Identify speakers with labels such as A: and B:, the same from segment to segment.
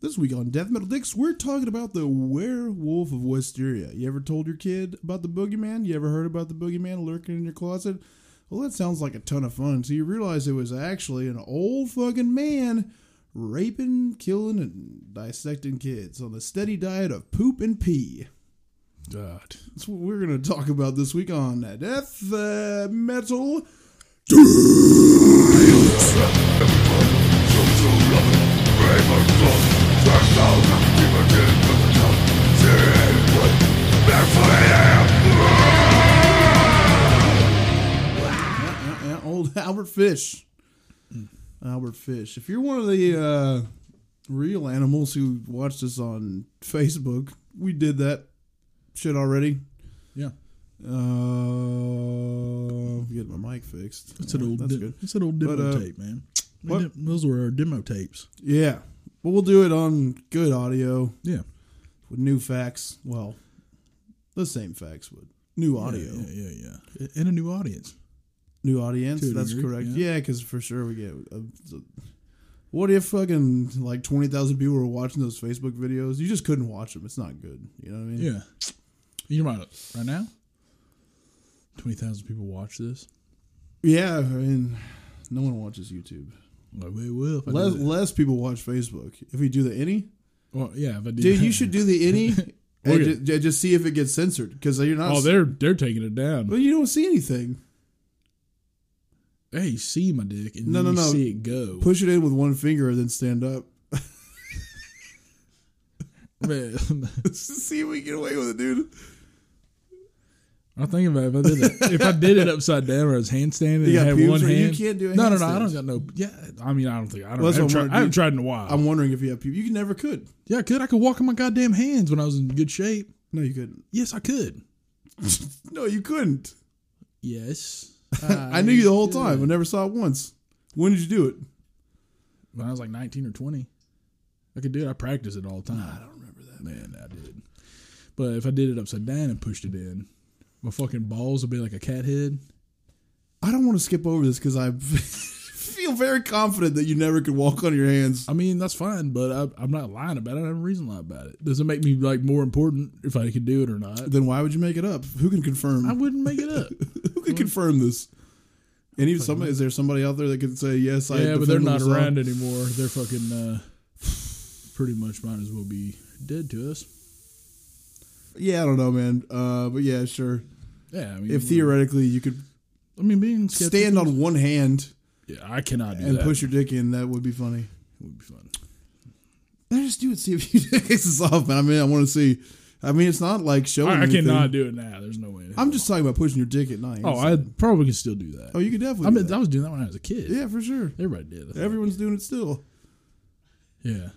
A: This week on Death Metal Dicks, we're talking about the werewolf of Wisteria. You ever told your kid about the boogeyman? You ever heard about the boogeyman lurking in your closet? Well, that sounds like a ton of fun. So you realize it was actually an old fucking man raping, killing, and dissecting kids on a steady diet of poop and pee.
B: God.
A: That's what we're going to talk about this week on Death uh, Metal. Yeah, yeah, yeah, Old Albert Fish. Albert Fish. If you're one of the uh, real animals who watched us on Facebook, we did that shit already.
B: Yeah.
A: Uh, get my mic fixed.
B: That's an
A: Yeah,
B: old
A: That's
B: di-
A: good.
B: That's an old demo
A: But, uh,
B: tape, man. We
A: what-
B: did- those were our demo tapes.
A: Yeah, but we'll do it on good audio
B: Yeah.
A: with new facts. Well, the same facts, but new audio,
B: Yeah, yeah, yeah. yeah. And a new audience.
A: new audience.
B: To a
A: That's
B: degree,
A: correct.
B: yeah.
A: Yeah, because for sure we get. A, a- what if fucking like twenty thousand people were watching those Facebook videos? You just couldn't watch them. It's not good. You know what I mean?
B: Yeah. You might right now. Twenty thousand people watch this.
A: Yeah. I mean, no one watches YouTube.
B: Well, we will. If I do
A: Less,
B: that.
A: less people watch Facebook. If we do the any,
B: well, yeah, if I do
A: dude,
B: that.
A: you should do the any and
B: Okay.
A: ju- ju- just see if it gets censored because you're not.
B: Oh, they're they're taking it down.
A: but you don't see anything.
B: Hey, you see my dick, and
A: No,
B: then
A: no,
B: you
A: no.
B: see it go.
A: push it in with one finger and then stand up.
B: Man,
A: See if we get away with it, dude.
B: I'm thinking about if I did it. if I did it upside down or I was handstanding, and
A: got
B: had
A: pubes
B: one
A: or you
B: hand.
A: can't do a
B: no, no, no. I
A: handstand.
B: don't got no. Yeah, I mean, I don't think I don't.
A: Well,
B: I
A: that's what I'm
B: haven't, tried,
A: wondering.
B: I haven't tried in a while.
A: I'm wondering if you have people. You never could.
B: yeah, I could. I could walk on my goddamn hands when I was in good shape.
A: No, you couldn't.
B: Yes, I could.
A: No, you couldn't.
B: Yes,
A: I
B: Uh,
A: knew you the whole time. I never saw it once. When did you do it?
B: when I was like 19 or 20. I could do it. I practiced it all the time. I don't remember that. Man, I did. But if I did it upside down and pushed it in, my fucking balls would be like a cat head.
A: I don't want to skip over this because I feel very confident that you never could walk on your hands.
B: I mean, that's fine, but I, I'm not lying about it. I have a reason to lie about it. Does it make me like more important if I could do it or not?
A: Then why would you make it up? Who can confirm?
B: I wouldn't make it up.
A: Who can confirm this? Any somebody? Is there somebody out there that could say yes? I
B: yeah, but they're
A: defend
B: not
A: myself"?
B: around anymore. They're fucking uh, pretty much might as well be dead to us.
A: Yeah, I don't know, man. Uh, but yeah, sure.
B: Yeah, I mean,
A: If theoretically you could
B: I mean, being skeptical,
A: stand on one hand
B: yeah, I cannot do
A: and
B: that.
A: push your dick in, that would be funny.
B: It would be fun.
A: I just do it. See if you this is off, man. I mean, I want to see. I mean, it's not like showing.
B: I, I
A: anything.
B: cannot do it now. There's no way.
A: I'm just talking about pushing your dick at night.
B: Oh, I probably can still do that.
A: Oh, you could definitely.
B: I
A: do
B: mean,
A: that.
B: I was doing that when I was a kid.
A: yeah, for sure.
B: everybody did. I think.
A: Everyone's doing it still.
B: yeah.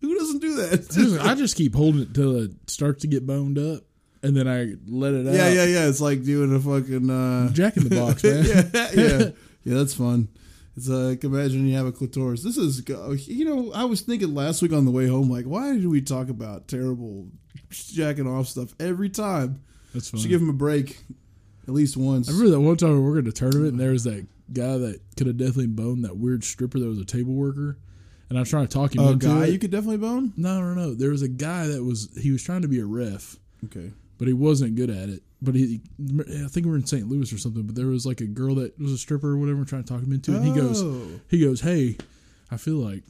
A: Who doesn't do that?
B: Seriously, I just keep holding it till it starts to get boned up, and then I let it out.
A: yeah, yeah, yeah. It's like doing a fucking uh,
B: Jack in the box, man.
A: yeah, yeah, yeah. That's fun. It's uh, like imagine you have a clitoris. This is, go- you know, I was thinking last week on the way home, like, why do we talk about terrible jacking off stuff every time?
B: That's funny.
A: Should give him a break, at least once.
B: I remember that one time we were at a tournament, and there was that guy that could have definitely boned that weird stripper that was a table worker, and I was trying to talk him
A: a
B: into
A: guy
B: it.
A: you could definitely bone.
B: no, no, no. There was a guy that was he was trying to be a ref,
A: Okay.
B: but he wasn't good at it. But he, I think we were in St. Louis or something. But there was like a girl that was a stripper or whatever, trying to talk him into it. And he goes,
A: Oh.
B: he goes, hey, I feel like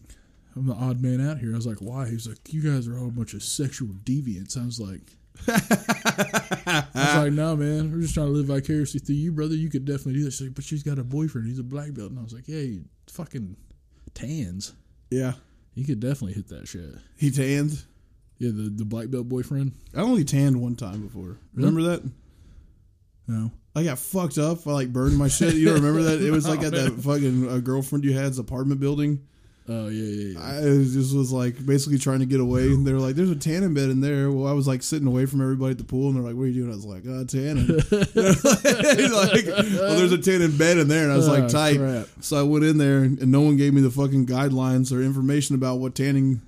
B: I'm the odd man out here. I was like, why? He's like, you guys are all a bunch of sexual deviants. I was like, I was like, no, man, we're just trying to live vicariously through you, brother. You could definitely do this. She's like, but she's got a boyfriend. He's a black belt. And I was like, yeah, you fucking tans.
A: Yeah.
B: You could definitely hit that shit.
A: He tanned.
B: Yeah, the, the black belt boyfriend.
A: I only tanned one time before. Remember that?
B: No.
A: I got fucked up. I like burned my shit. You don't remember that? It was like at that fucking uh, girlfriend you had's apartment building.
B: Oh, yeah, yeah, yeah.
A: I just was like basically trying to get away, and they were like, "There's a tanning bed in there." Well, I was like sitting away from everybody at the pool, and they're like, "What are you doing?" I was like, "Ah, tanning." They're like, well, there's a tanning bed in there, and I was
B: Oh,
A: like, "Tight."
B: crap.
A: So I went in there, and no one gave me the fucking guidelines or information about what tanning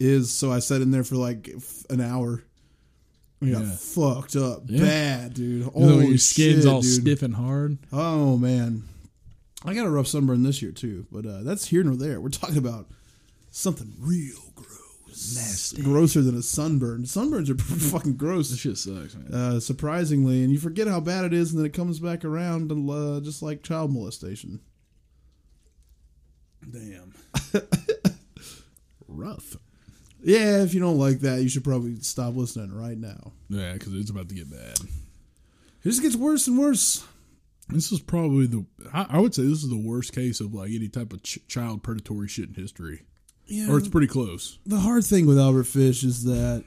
A: is. So I sat in there for like f- an hour. And got
B: Yeah.
A: fucked up
B: Yeah.
A: bad, dude.
B: You know,
A: Oh,
B: when your skin's
A: shit,
B: all
A: dude.
B: stiff and hard.
A: Oh man, I got a rough sunburn this year too, but uh, that's here nor there. We're talking about something real gross.
B: Nasty.
A: Grosser than a sunburn. Sunburns are fucking
B: That
A: gross.
B: shit sucks, man.
A: Uh, surprisingly, and you forget how bad it is, and then it comes back around, and, uh, just like child molestation.
B: Damn. Rough.
A: Yeah, if you don't like that, you should probably stop listening right now.
B: Yeah, because it's about to get bad.
A: It just gets worse and worse.
B: This is probably the I, I would say this is the worst case of like any type of ch- child predatory shit in history,
A: Yeah,
B: or it's pretty close.
A: the hard thing with Albert Fish is that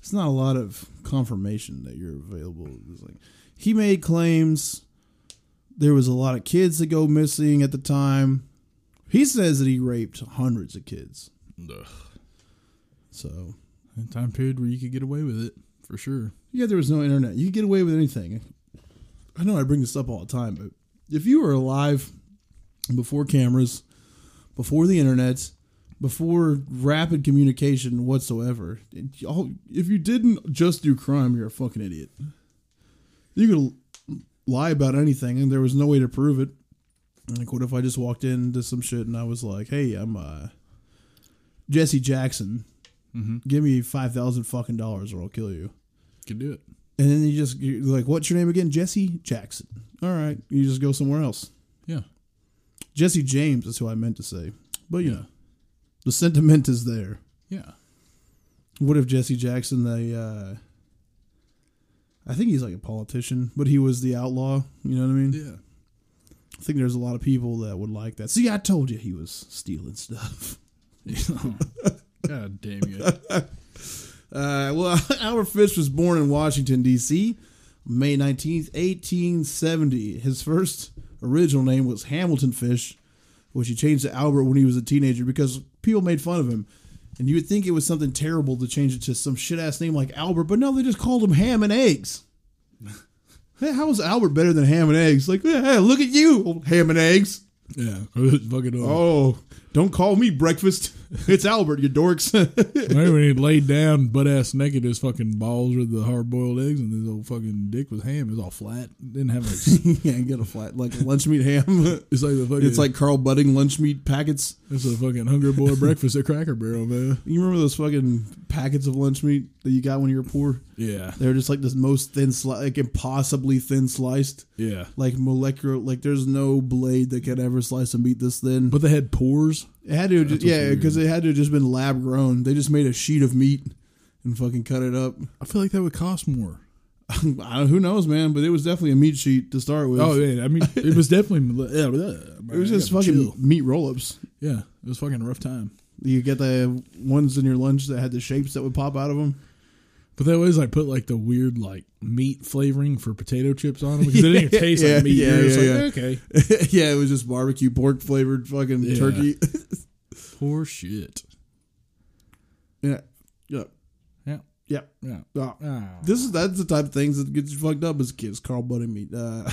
A: it's not a lot of confirmation that you're available. It's like he made claims there was a lot of kids that go missing at the time. He says that he raped hundreds of kids.
B: Ugh.
A: So
B: A time period where you could get away with it for sure.
A: yeah, there was no internet. You could get away with anything. I know I bring this up all the time, but if you were alive before cameras, before the internet, before rapid communication whatsoever, it- all- if you didn't just do crime, you're a fucking idiot. You could l- lie about anything, and there was no way to prove it. Like, what if I just walked into some shit and I was like, "Hey, I'm uh, Jesse Jackson. Give me five thousand fucking dollars, or I'll kill you."
B: Could do it.
A: And then you just you're like, what's your name again? Jesse Jackson. All right, you just go somewhere else.
B: Yeah.
A: Jesse James is who I meant to say, but you know, the sentiment is there.
B: Yeah.
A: What if Jesse Jackson? They, uh, I think he's like a politician, but he was the outlaw. You know what I mean?
B: Yeah.
A: I think there's a lot of people that would like that. See, I told you he was stealing stuff.
B: God damn you.
A: Uh, well, Albert Fish was born in Washington, D.C., May 19th, 1870. His first original name was Hamilton Fish, which he changed to Albert when he was a teenager because people made fun of him. And you would think it was something terrible to change it to some shit ass name like Albert, but no, they just called him Ham and Eggs. hey, how is Albert better than Ham and Eggs? Like, hey, look at you, old Ham and Eggs.
B: Yeah. Fucking oh.
A: Oh, don't call me breakfast. It's Albert, you dorks.
B: Remember when he laid down butt ass naked, his fucking balls were the hard boiled eggs, and his old fucking dick was ham. It was all flat. Didn't have like.
A: yeah, get a flat like lunch meat ham.
B: It's like the fucking.
A: It's like Carl Budding lunch meat packets.
B: it's a fucking hungry boy breakfast at Cracker Barrel, man.
A: You remember those fucking packets of lunch meat that you got when you were poor?
B: Yeah,
A: They were just like this most thin, sli- like impossibly thin sliced,
B: yeah.
A: like molecular. Like there's no blade that could ever slice a meat this thin.
B: But they had pores.
A: It had to, just,
B: what's
A: yeah,
B: weird.
A: because it had to have just been lab grown. They just made a sheet of meat and fucking cut it up.
B: I feel like that would cost more.
A: I don't- Who knows, man? But it was definitely a meat sheet to start with.
B: Oh yeah, I mean, it was definitely. Yeah,
A: it was just fucking meat roll ups.
B: Yeah, it was fucking a rough time.
A: You get the ones in your lunch that had the shapes that would pop out of them.
B: But they always like put like the weird like meat flavoring for potato chips on them because they didn't even taste
A: Yeah,
B: like meat.
A: yeah,
B: Yeah, it's
A: yeah,
B: like
A: yeah.
B: okay,
A: yeah, it was just barbecue pork flavored fucking
B: Yeah.
A: turkey.
B: poor shit.
A: yeah, yeah,
B: Yeah,
A: yeah.
B: yeah.
A: Ah.
B: Ah.
A: This is that's the type of things that gets you fucked up as kids. Carl Buddy meat. Uh,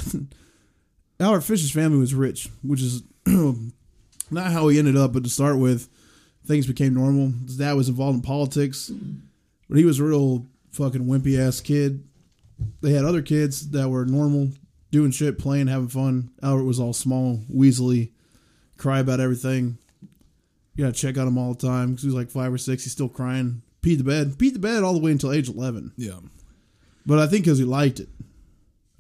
A: Albert Fisher's family was rich, which is not how he ended up. But to start with, things became normal. His dad was involved in politics, but he was a real fucking wimpy ass kid. They had other kids that were normal, doing shit, playing, having fun. Albert was all small, weaselly, cry about everything. You gotta check on him all the time because he was like five or six. He's still crying. Peed the bed. Peed the bed all the way until age eleven.
B: Yeah,
A: But I think because he liked it.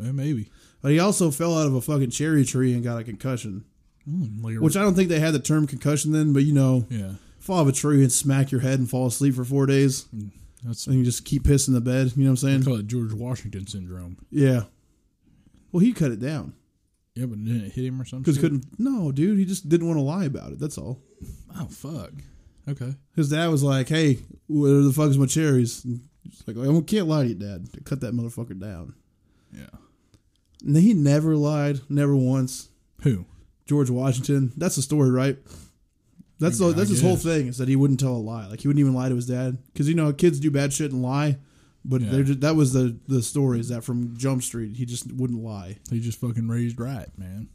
B: Eh, maybe.
A: But he also fell out of a fucking cherry tree and got a concussion.
B: Mm, like a-
A: Which I don't think they had the term concussion then, but you know,
B: yeah,
A: fall out of a tree and smack your head and fall asleep for four days.
B: that's
A: And you just keep pissing the bed. You know what I'm
B: they
A: saying?
B: call it George Washington syndrome.
A: Yeah. Well, he cut it down
B: Yeah, but didn't it hit him or something?
A: because couldn't. No, dude, he just didn't want to lie about it. That's all.
B: Oh fuck. Okay.
A: His dad was like, "Hey, where the fuck's my cherries?" And he's like, "I can't lie to you, dad. Cut that motherfucker down."
B: Yeah.
A: And he never lied, never once.
B: Who?
A: George Washington. That's the story, right? That's the,
B: I
A: that's his whole
B: guess.
A: thing is that he wouldn't tell a lie. Like he wouldn't even lie to his dad because you know kids do bad shit and lie. But
B: Yeah.
A: they're just, that was the the story is that from Jump Street he just wouldn't lie.
B: He just fucking raised right, man.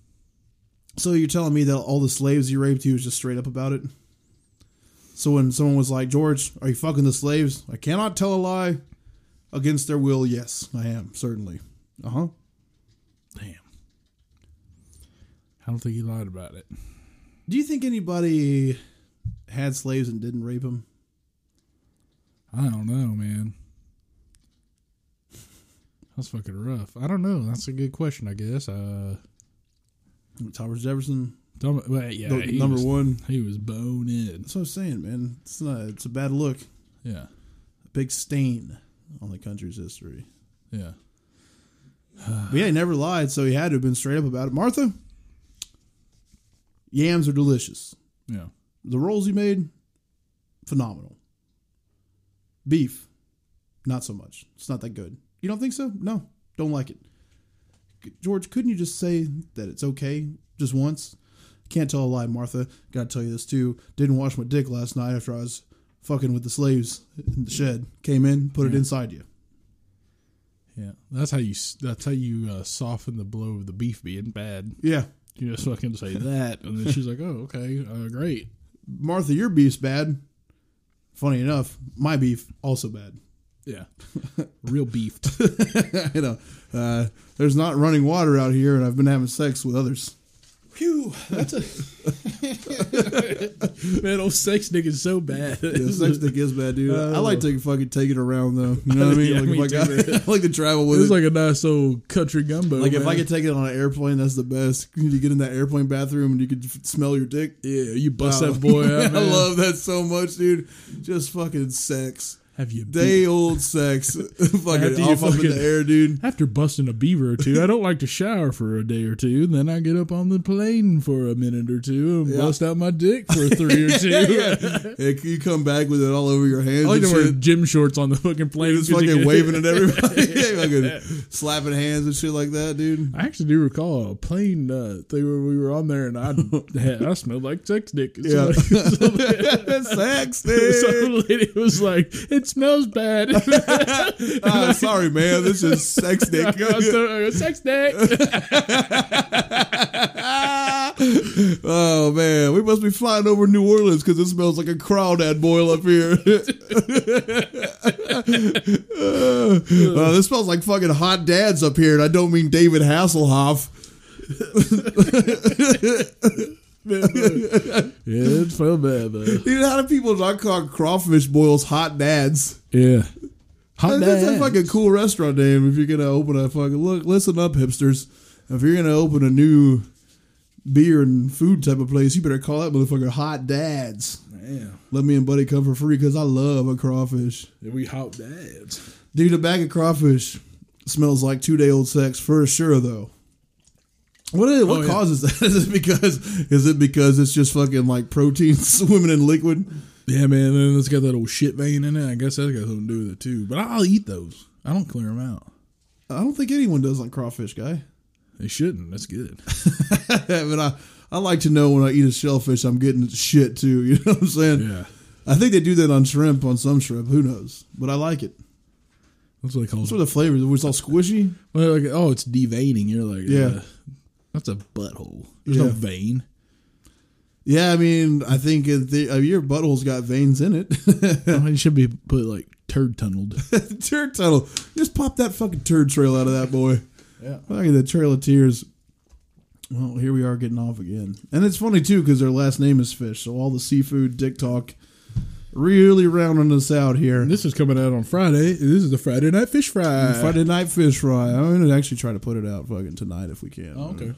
A: So you're telling me that all the slaves he raped he was just straight up about it. So when someone was like George, are you fucking the slaves? I cannot tell a lie against their will. Yes, I am certainly. Uh huh.
B: Damn. I don't think he lied about it.
A: Do you think anybody had slaves and didn't rape them?
B: I don't know, man. That's fucking rough. I don't know. That's a good question, I guess. Uh,
A: Thomas Jefferson,
B: dumb, well, yeah,
A: the-
B: he
A: number
B: was,
A: one.
B: He was boned.
A: That's what I'm saying, man. It's not. It's a bad look.
B: Yeah,
A: A big stain on the country's history.
B: yeah.
A: But yeah, he never lied, so he had to have been straight up about it. Martha, yams are delicious.
B: Yeah.
A: The rolls he made, phenomenal. Beef, not so much. It's not that good. You don't think so? No, don't like it. G- George, couldn't you just say that it's okay just once? Can't tell a lie, Martha. Gotta tell you this too. Didn't wash my dick last night after I was fucking with the slaves in the shed. Came in, put it inside you.
B: Yeah. That's how you s- that's how you uh, soften the blow of the beef being bad.
A: Yeah.
B: You just fucking say that and then she's like, "Oh, okay. Uh, great."
A: Martha, your beef's bad. Funny enough, my beef also bad.
B: Yeah. Real beefed.
A: you know, uh, there's not running water out here, and I've been having sex with others.
B: Phew. That's a Man, old sex nigga's so bad.
A: Yeah, sex dick is bad, dude. I like to fucking take it around though. You know what I mean?
B: Uh, Yeah,
A: like,
B: me
A: if I,
B: too,
A: got, I like to travel with
B: It's
A: it. Like,
B: like a nice old country gumbo.
A: if I
B: man.
A: could take it on an airplane, that's the best. You get in that airplane bathroom and you could f- smell your dick.
B: Yeah, you bust
A: Wow.
B: that boy out.
A: I
B: man.
A: love that so much, dude. Just fucking sex,
B: Have you
A: day old sex,
B: After
A: fucking
B: you
A: off up in
B: fucking-
A: the air, dude.
B: After busting a beaver or two, I don't like to shower for a day or two. Then I get up on the plane for a minute or two and
A: Yeah.
B: bust out my dick for three or two.
A: Yeah, you come back with it all over your hands.
B: I like
A: and
B: to wear
A: shit.
B: gym shorts on the fucking plane.
A: Just
B: 'cause you
A: fucking
B: can-
A: waving at everybody, yeah, fucking slapping hands and shit like that, dude.
B: I actually do recall a plane uh, thing where we were on there and I had, I smelled like sex dick. So-
A: Yeah,
B: so-
A: sex, dude.
B: Some lady was like, "It smells bad." I
A: Ah, sorry, man. This is sex dick.
B: was so- I go, sex dick.
A: oh man, we must be flying over New Orleans because it smells like a crawdad boil up here. Uh, this smells like fucking hot dads up here, and I don't mean David Hasselhoff.
B: yeah, it smelled bad though.
A: Dude, how do people not call crawfish boils hot dads?
B: Yeah, hot
A: That's, that's a
B: dad.
A: fucking cool restaurant name. If you're gonna open a fucking look, listen up, hipsters. If you're gonna open a new beer and food type of place, you better call that motherfucker Hot Dads.
B: Man,
A: Let me and Buddy come for free because I love a crawfish.
B: we hot dads.
A: Dude, a bag of crawfish smells like two day old sex for sure, though. What is, what
B: Oh, yeah.
A: causes that? Is it because is it because it's just fucking like protein swimming in liquid?
B: Yeah, man. Then it's got that old shit vein in it. I guess that's got something to do with it too. But I'll eat those. I don't clear them out.
A: I don't think anyone does like crawfish, guy.
B: They shouldn't. That's good.
A: but I, I like to know when I eat a shellfish, I'm getting shit too. You know what I'm saying?
B: Yeah,
A: I think they do that on shrimp, on some shrimp. Who knows? But I like it.
B: that's what they call
A: That's what the flavor is. It's all squishy.
B: Well, like, oh, it's devening. You're like, yeah,
A: Yeah.
B: that's a butthole. There's no
A: Yeah.
B: vein.
A: Yeah, I mean, I think if the, uh, your butthole's got veins in it.
B: I mean, it Uh, should be put like turd tunneled.
A: turd tunnel. Just pop that fucking turd trail out of that boy.
B: Yeah.
A: Look at that trail of tears. Well, here we are getting off again. And it's funny, too, because their last name is Fish. So all the seafood, dick talk, really rounding us out here.
B: this is coming out on Friday. This is the Friday night fish fry.
A: Friday night fish fry. I'm gonna actually try to put it out fucking tonight if we can.
B: Oh, okay.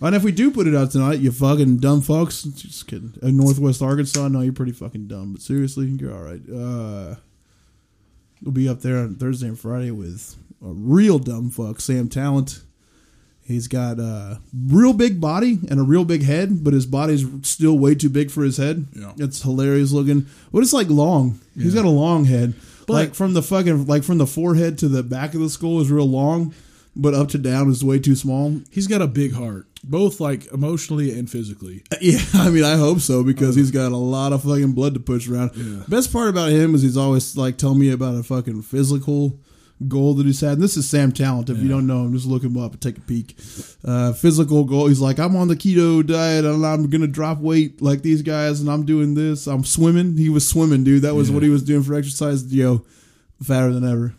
A: And if we do put it out tonight, you fucking dumb fucks. Just kidding. In Northwest Arkansas, no, you're pretty fucking dumb. But seriously, you're all right. Uh, we'll be up there on Thursday and Friday with a real dumb fuck, Sam Talent. He's got a real big body and a real big head, but his body's still way too big for his head.
B: Yeah.
A: It's hilarious looking. But it's like long. He's got a long head. like from the fucking like from the forehead to the back of the skull is real long, but up to down is way too small.
B: He's got a big heart, both like emotionally and physically.
A: Yeah, I mean, I hope so because he's got a lot of fucking blood to push around.
B: Yeah.
A: Best part about him is he's always like telling me about a fucking physical goal that he's had. And this is Sam Talent. If you don't know him, just look him up and take a peek. Uh, physical goal. He's like, I'm on the keto diet and I'm gonna drop weight like these guys, and I'm doing this. I'm swimming. He was swimming, dude. That was
B: Yeah.
A: what he was doing for exercise. Yo, fatter than ever.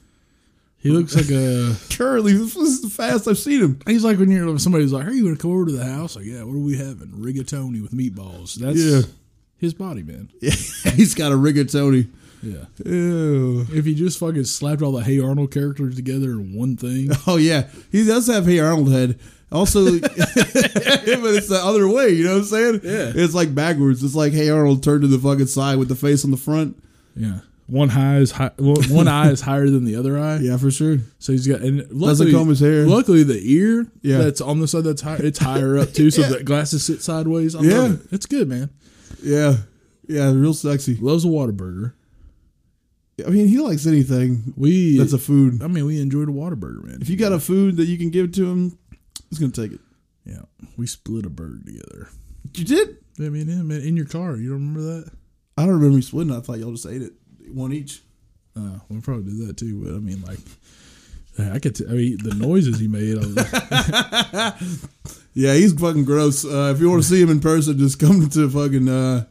B: He looks like a.
A: Curly, this is the fast I've seen him.
B: He's like when you're somebody's like, "Are you gonna come over to the house?" Like, yeah. What are we having? Rigatoni with meatballs. That's
A: Yeah.
B: his body, man.
A: Yeah, he's got a rigatoni.
B: Yeah.
A: Ew.
B: If he just fucking slapped all the Hey Arnold characters together in one thing,
A: Oh yeah, he does have Hey Arnold head. Also, but it's the other way. You know what I'm saying?
B: Yeah.
A: It's like backwards. It's like Hey Arnold turned to the fucking side with the face on the front.
B: yeah. One eye is high, well, one eye is higher than the other eye.
A: Yeah, for sure.
B: So he's got and luckily
A: comb his hair.
B: Luckily, the ear
A: Yeah.
B: that's on the side that's higher, it's higher up too. So the glasses sit sideways. I
A: Yeah.
B: love it. it's good, man.
A: Yeah, yeah, real sexy.
B: Loves a Waterburger.
A: I mean, he likes anything
B: We
A: that's a food.
B: I mean, we enjoyed a Waterburger, man.
A: If you got a food that you can give to him, he's gonna take it.
B: yeah, we split a burger together.
A: You did?
B: I mean, yeah, man, in your car, you don't remember that?
A: I don't remember you splitting. I thought y'all just ate it, one each.
B: Uh, we'll probably do that too. But I mean, like, I could. T- I mean, the noises he made. I was like,
A: Yeah, he's fucking gross. Uh, if you want to see him in person, just come to fucking uh,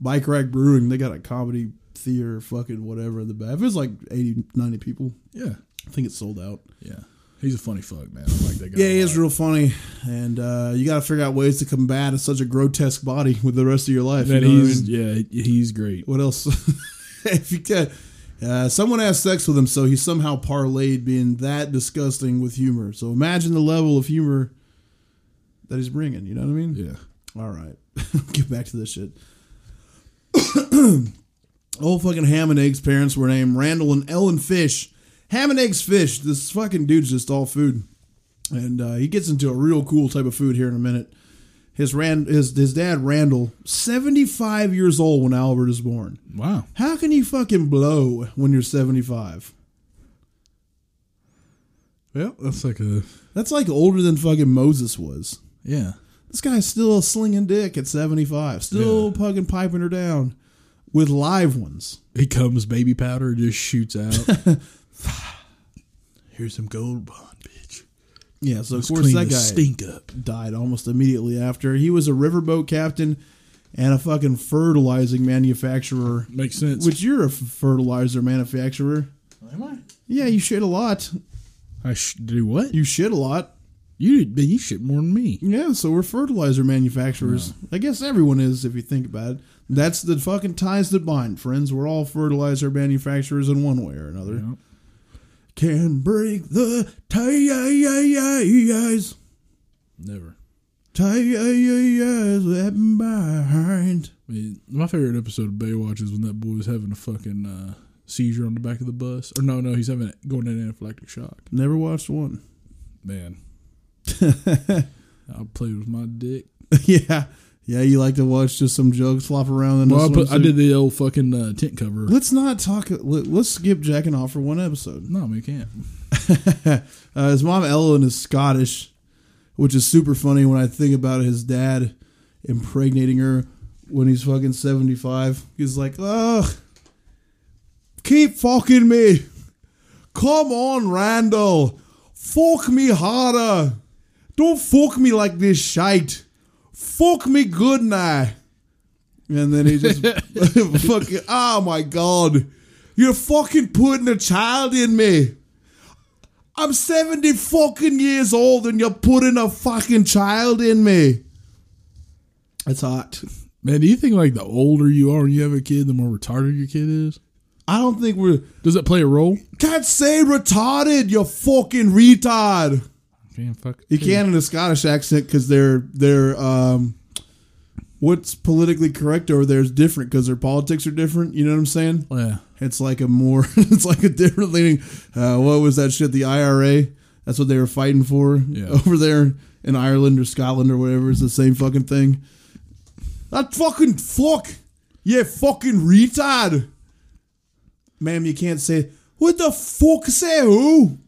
A: Bike Rack Brewing. They got a comedy theater, fucking whatever in the back. If it's like 80, 90 people,
B: yeah,
A: I think it's sold out.
B: yeah. He's a funny fuck, man. I like that guy.
A: Yeah,
B: a
A: he
B: lot.
A: is real funny, and uh, you got to figure out ways to combat such a grotesque body with the rest of your life.
B: Man,
A: you know what I
B: he's
A: mean?
B: yeah, he's great.
A: What else? if you can, uh, someone has sex with him, so he somehow parlayed being that disgusting with humor. So imagine the level of humor that he's bringing. You know what I mean?
B: Yeah,
A: All right, get back to this shit. Old fucking Ham and Eggs parents were named Randall and Ellen Fish. Ham and Eggs Fish. This fucking dude's just all food, and uh, he gets into a real cool type of food here in a minute. His ran his his dad Randall, seventy five years old when Albert is born.
B: wow.
A: How can you fucking blow when you're seventy five?
B: Well, that's like a
A: That's like older than fucking Moses was.
B: yeah.
A: This guy's still slinging dick at seventy five, still fucking piping her down with live ones.
B: He comes baby powder, just shoots out. Here's some gold bond, bitch.
A: Yeah, so
B: Let's
A: of course
B: clean
A: that
B: the
A: guy
B: stink up.
A: died almost immediately after. He was a riverboat captain and a fucking fertilizing manufacturer.
B: Makes sense.
A: Which you're a f- fertilizer manufacturer.
B: am I?
A: Yeah, you shit a lot.
B: I sh- do what?
A: You shit a lot.
B: You man, you shit more than me.
A: Yeah, so we're fertilizer manufacturers. I guess everyone is if you think about it. That's the fucking ties that bind, friends. We're all fertilizer manufacturers in one way or another.
B: Yep.
A: Can break the ties.
B: Never.
A: Ties that bind.
B: I mean, my favorite episode of Baywatch is when that boy was having a fucking uh, seizure on the back of the bus. Or no, no, he's having going in anaphylactic shock.
A: Never watched one.
B: Man, I played with my dick.
A: yeah. Yeah, you like to watch just some jugs flop around in a
B: Well, I, put, I
A: swimsuit?
B: did the old fucking uh, tent cover.
A: Let's not talk. Let, let's skip jacking off for one episode.
B: No, we can't.
A: uh, his mom Ellen is Scottish, which is super funny when I think about his dad impregnating her when he's fucking seventy five. He's like, ugh, keep fucking me. Come on, Randall, fuck me harder. Don't fuck me like this shite. Fuck me good now. And then he just fucking, oh my god, you're fucking putting a child in me. I'm 70 fucking years old and you're putting a fucking child in me. That's hot.
B: Man, do you think like the older you are and you have a kid, the more retarded your kid is?
A: I don't think we're.
B: Does that play a role?
A: Can't say retarded, you fucking retard.
B: Can't fuck.
A: You can in a Scottish accent because they're, they're, um, what's politically correct over there is different because their politics are different. You know what I'm saying?
B: Yeah.
A: It's like a more, it's like a different leaning. Uh, what was that shit? The IRA. That's what they were fighting for
B: Yeah.
A: over there in Ireland or Scotland or whatever. It's the same fucking thing. That fucking fuck. Yeah, fucking retard. Ma'am, you can't say, what the fuck say who?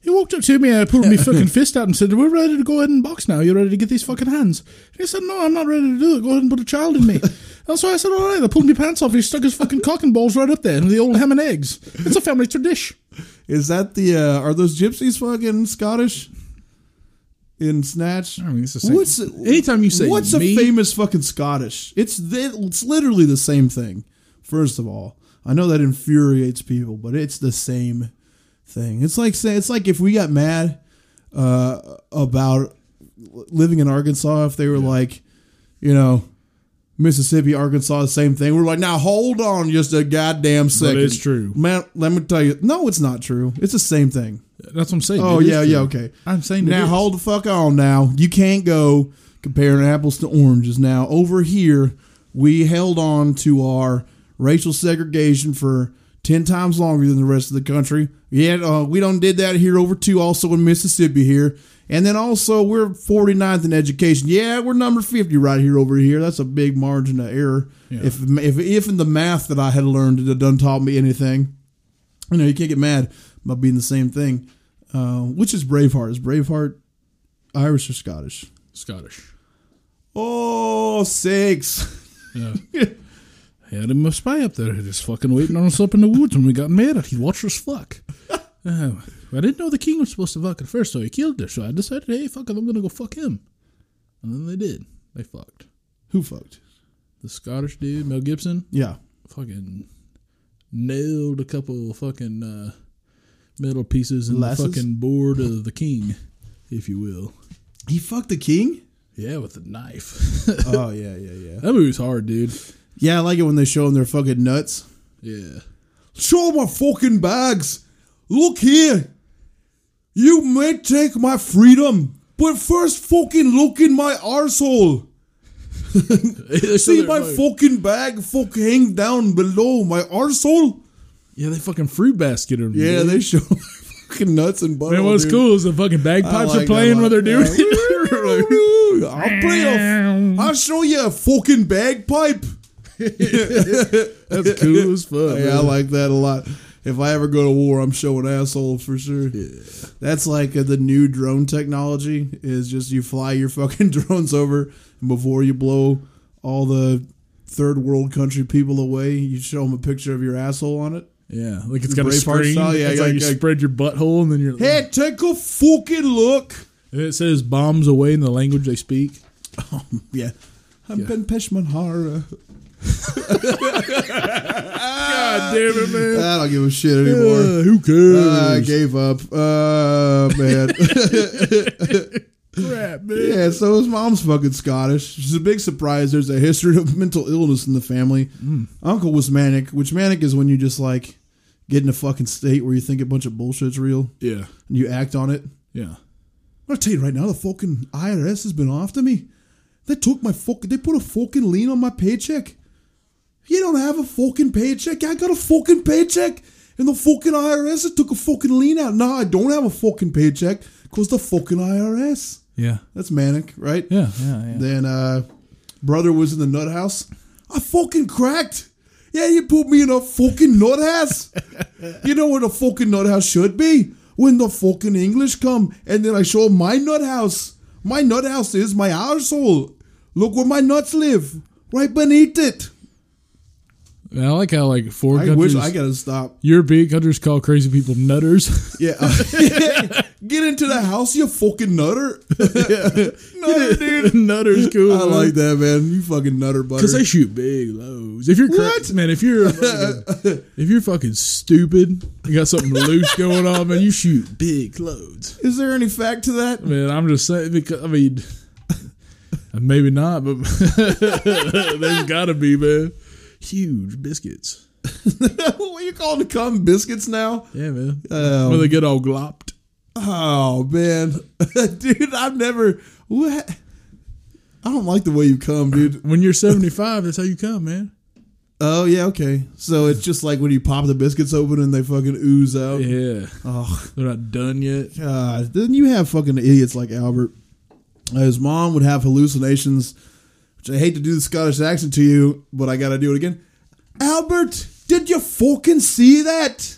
B: He walked up to me and I pulled my fucking fist out and said, We're ready to go ahead and box now. You're ready to get these fucking hands. And he said, No, I'm not ready to do it. Go ahead and put a child in me. and so I said, All right. I pulled my pants off. He stuck his fucking cock and balls right up there and the old ham and eggs. It's a family tradition.
A: Is that the, uh, are those gypsies fucking Scottish? In Snatch?
B: mean, it's the
A: What's
B: Anytime you say
A: what's
B: me-
A: a famous fucking Scottish? It's the, it's literally the same thing. First of all, I know that infuriates people, but it's the same thing. It's like saying it's like if we got mad uh, about living in Arkansas, if they were like, you know, Mississippi, Arkansas, same thing. We're like, now hold on just a goddamn second.
B: it's true.
A: Man, let me tell you. No, it's not true. It's the same thing.
B: That's what I'm saying.
A: Oh,
B: It is
A: yeah, yeah,
B: true.
A: okay.
B: I'm saying
A: Now
B: it is.
A: hold the fuck on now. You can't go comparing apples to oranges now. Over here, we held on to our racial segregation for 10 times longer than the rest of the country. Yet uh, we don't did that here over two also in Mississippi here. And then also we're 49th in education. Yeah, we're number 50 right here over here. That's a big margin of error. If, if if in the math that I had learned it had done taught me anything you know, you can't get mad about being the same thing. Uh, which is Braveheart? Is Braveheart Irish or Scottish?
B: Scottish.
A: Oh, six.
B: Yeah. Had him a spy up there just fucking waiting on us up in the woods when we got married. He watched us fuck. Uh, I didn't know the king was supposed to fuck at first, so he killed her. So I decided, hey, fuck it, I'm gonna go fuck him. And then they did. They fucked.
A: Who fucked?
B: The Scottish dude, Mel Gibson,
A: Yeah.
B: fucking nailed a couple of fucking uh, metal pieces in
A: Lasses?
B: the fucking board of the king, if you will.
A: He fucked the king?
B: Yeah, with a knife. that
A: oh, yeah, yeah, yeah.
B: movie's hard, dude.
A: Yeah, I like it when they show him their fucking nuts.
B: Yeah.
A: Show my fucking bags. Look here. You may take my freedom, but first fucking look in my arsehole. See my fucking bag fuck hang down below my arsehole?
B: Yeah, they fucking fruit basket him.
A: Yeah,
B: dude.
A: they show their fucking nuts and butt.
B: Man, what's cool is the fucking
A: Oh, I
B: bagpipes
A: like
B: are playing
A: that
B: while
A: a
B: they're
A: lot.
B: doing it.
A: I'll play a. I'll show you a fucking bagpipe.
B: That's cool as fuck.
A: Yeah, I
B: man.
A: like that a lot. If I ever go to war, I'm showing asshole for sure. That's like uh, the new drone technology is just you fly your fucking drones over and before you blow all the third world country people away, you show them a picture of your asshole on it.
B: yeah, like it's got a
A: Braveheart
B: screen.
A: style, yeah,
B: it's
A: yeah,
B: like you
A: yeah.
B: spread your butthole and then you're.
A: Hey, take a fucking look.
B: And it says bombs away in the language they speak.
A: Yeah. I'm Ben Peshmanhara. Ah,
B: God damn it, man.
A: I don't give a shit anymore.
B: who
A: Ah, I
B: cares?
A: gave up. Uh, man.
B: Crap, man.
A: yeah, so his mom's fucking Scottish. It's a big surprise. There's a history of mental illness in the family. Uncle was manic, which manic is when you just like get in a fucking state where you think a bunch of bullshit's real
B: Yeah.
A: and you act on it.
B: Yeah.
A: I'll tell you right now, the fucking IRS has been after me. They took my fucking, they put a fucking lien on my paycheck. You don't have a fucking paycheck. I got a fucking paycheck. And the fucking IRS it took a fucking lien out. No, I don't have a fucking paycheck because the fucking IRS.
B: Yeah.
A: That's manic, right?
B: Yeah. Yeah. yeah.
A: Then uh brother was in the nut house. I fucking cracked. Yeah, you put me in a fucking nut house. you know what a fucking nut house should be? When the fucking English come and then I show 'em my nut house. My nut house is my arsehole. Look where my nuts live. Right beneath it.
B: Man, I like how like four
A: I
B: countries,
A: wish I gotta stop.
B: European countries call crazy people nutters.
A: Yeah. Get into the house, you fucking nutter. nutter, dude.
B: nutters, cool.
A: I like that, man. You fucking nutter butter.
B: Because they shoot big lows. If you're cra-
A: What?
B: man, if you're fucking- if you're fucking stupid, you got something loose going on, man. You shoot big loads,
A: Is there any fact to that?
B: man. I'm just saying because I mean, maybe not, but there's got to be man. Huge biscuits,
A: what are you calling the cum biscuits now?
B: yeah, man.
A: Um,
B: when they get all glopped,
A: Oh man, dude, I've never. What? I don't like the way you come, dude.
B: when you're 75, that's how you come, man.
A: Oh yeah, okay. So it's just like when you pop the biscuits open and they fucking ooze out.
B: Yeah,
A: Oh
B: they're not done yet.
A: god, then you have fucking idiots like Albert. Uh, His mom would have hallucinations, which I hate to do the Scottish accent to you, but I gotta do it again. Albert, did you fucking see that?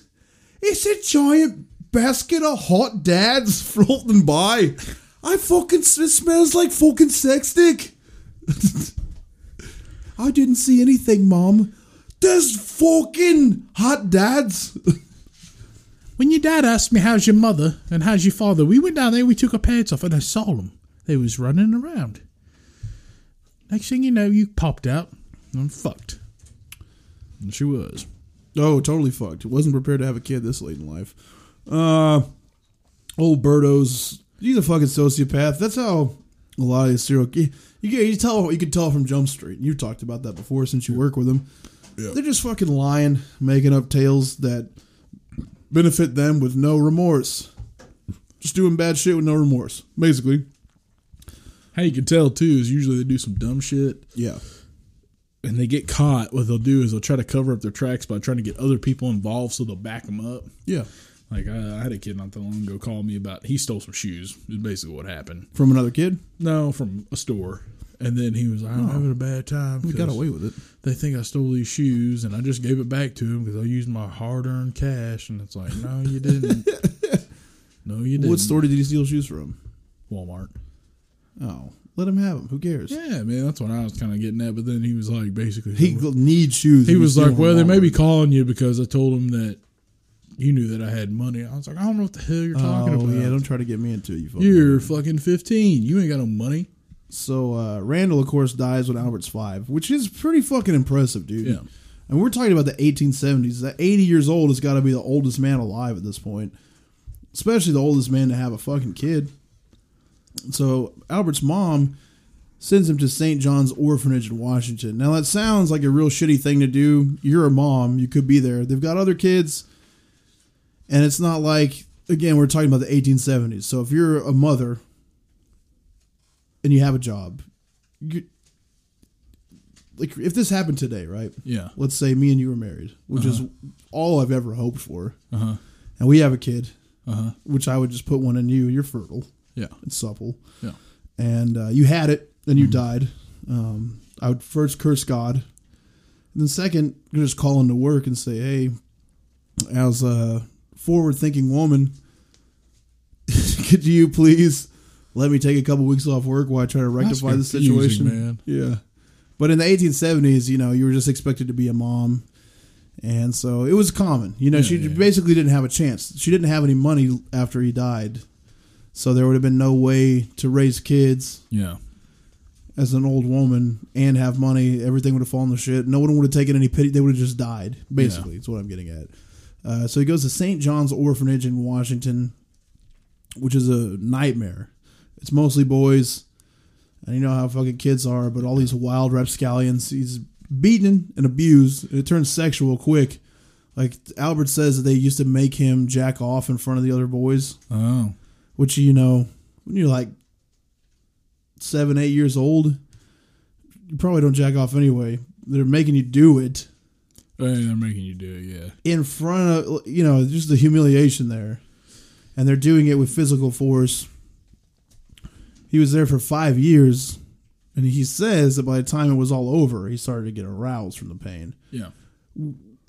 A: It's a giant basket of hot dads floating by. I fucking it smells like fucking sex dick. I didn't see anything, mom. There's fucking hot dads.
B: When your dad asked me how's your mother and how's your father, we went down there, we took our pants off, and I saw them. They was running around. Next thing you know, you popped out and I'm fucked. And she was.
A: Oh, totally fucked. Wasn't prepared to have a kid this late in life. Uh, old Birdo's, he's a fucking sociopath. That's how a lot of these serial you, you can- you tell you can tell from Jump Street. You talked about that before since you work with them.
B: Yeah.
A: They're just fucking lying, making up tales that benefit them with no remorse. Just doing bad shit with no remorse, basically.
B: How you can tell too is usually they do some dumb shit
A: Yeah.
B: and they get caught. What they'll do is they'll try to cover up their tracks by trying to get other people involved, so they'll back them up.
A: Yeah.
B: Like I, I had a kid not that long ago call me about he stole some shoes. Is basically what happened.
A: From another kid?
B: No, from a store. And then he was like, I'm having a bad time.
A: We got
B: 'cause
A: away with it.
B: They think I stole these shoes, and I just gave it back to him because I used my hard-earned cash. And it's like, no, you didn't. no, you didn't.
A: What store did you steal shoes from?
B: Walmart.
A: Oh, let him have them. Who cares?
B: Yeah, man, that's what I was kind of getting at. But then he was like, basically,
A: He gl- needs shoes.
B: he
A: and
B: was
A: you steal
B: like,
A: them
B: well, they
A: from
B: may be
A: Walmart.
B: calling you because I told him that you knew that I had money. I was like, I don't know what the hell you're talking
A: Oh,
B: about.
A: yeah, don't try to get me into it, you fucking
B: you're fucking 15. You ain't got no money.
A: So uh, Randall, of course, dies when Albert's five, which is pretty fucking impressive, dude.
B: Yeah.
A: And we're talking about the 1870s. That 80 years old has got to be the oldest man alive at this point, especially the oldest man to have a fucking kid. So Albert's mom sends him to St. John's Orphanage in Washington. Now that sounds like a real shitty thing to do. You're a mom, you could be there. They've got other kids, and it's not like again we're talking about the 1870s. So if you're a mother and you have a job, you like if this happened today, right?
B: Yeah.
A: Let's say me and you were married, which is all I've ever hoped for,
B: Uh huh.
A: and we have a kid,
B: Uh huh.
A: which I would just put one in you. You're fertile
B: Yeah.
A: and supple
B: Yeah.
A: and uh, you had it, then
B: Mm-hmm.
A: you died. Um, I would first curse God, and then second, just call into work and say, "Hey, as a forward-thinking woman, could you please let me take a couple weeks off work while I try to rectify the
B: confusing,
A: situation?"
B: man.
A: Yeah, but in the 1870s, you know, you were just expected to be a mom. And so it was common, you know. she
B: yeah, yeah.
A: basically didn't have a chance. She didn't have any money after he died, so there would have been no way to raise kids
B: Yeah.
A: as an old woman and have money. Everything would have fallen to shit. No one would have taken any pity. They would have just died, basically. That's what I'm getting at. Uh, so he goes to St. John's Orphanage in Washington, which is a nightmare. It's mostly boys. And you know how fucking kids are, but all these wild rapscallions, he's beaten and abused. And it turns sexual quick. Like Albert says that they used to make him jack off in front of the other boys
B: Oh.
A: which you know when you're like seven eight years old you probably don't jack off anyway they're making you do it
B: Oh, yeah, they're making you do it. Yeah.
A: in front of you know just the humiliation there and they're doing it with physical force he was there for five years and he says that by the time it was all over he started to get aroused from the pain
B: Yeah.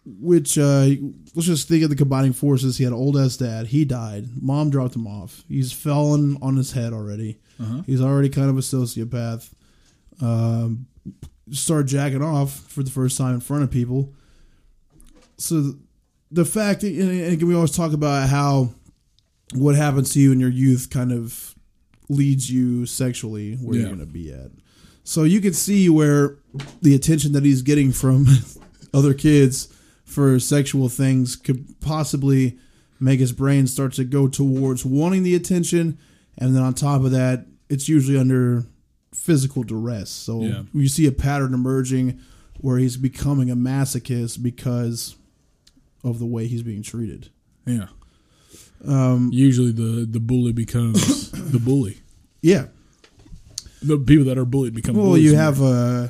A: which uh, let's just think of the combining forces. He had an old ass dad. He died. Mom dropped him off. He's fallen on his head already.
B: Uh-huh.
A: He's already kind of a sociopath. Um, started jacking off for the first time in front of people. So th- the fact that and, and we always talk about how what happens to you in your youth kind of leads you sexually where
B: Yeah.
A: you're going to be at. So you can see where the attention that he's getting from other kids for sexual things could possibly make his brain start to go towards wanting the attention and then on top of that it's usually under physical duress so
B: Yeah.
A: you see a pattern emerging where he's becoming a masochist because of the way he's being treated
B: Yeah. Um, Usually the, the bully becomes the bully.
A: yeah
B: The people that are bullied become
A: well
B: bullies.
A: you
B: in
A: have uh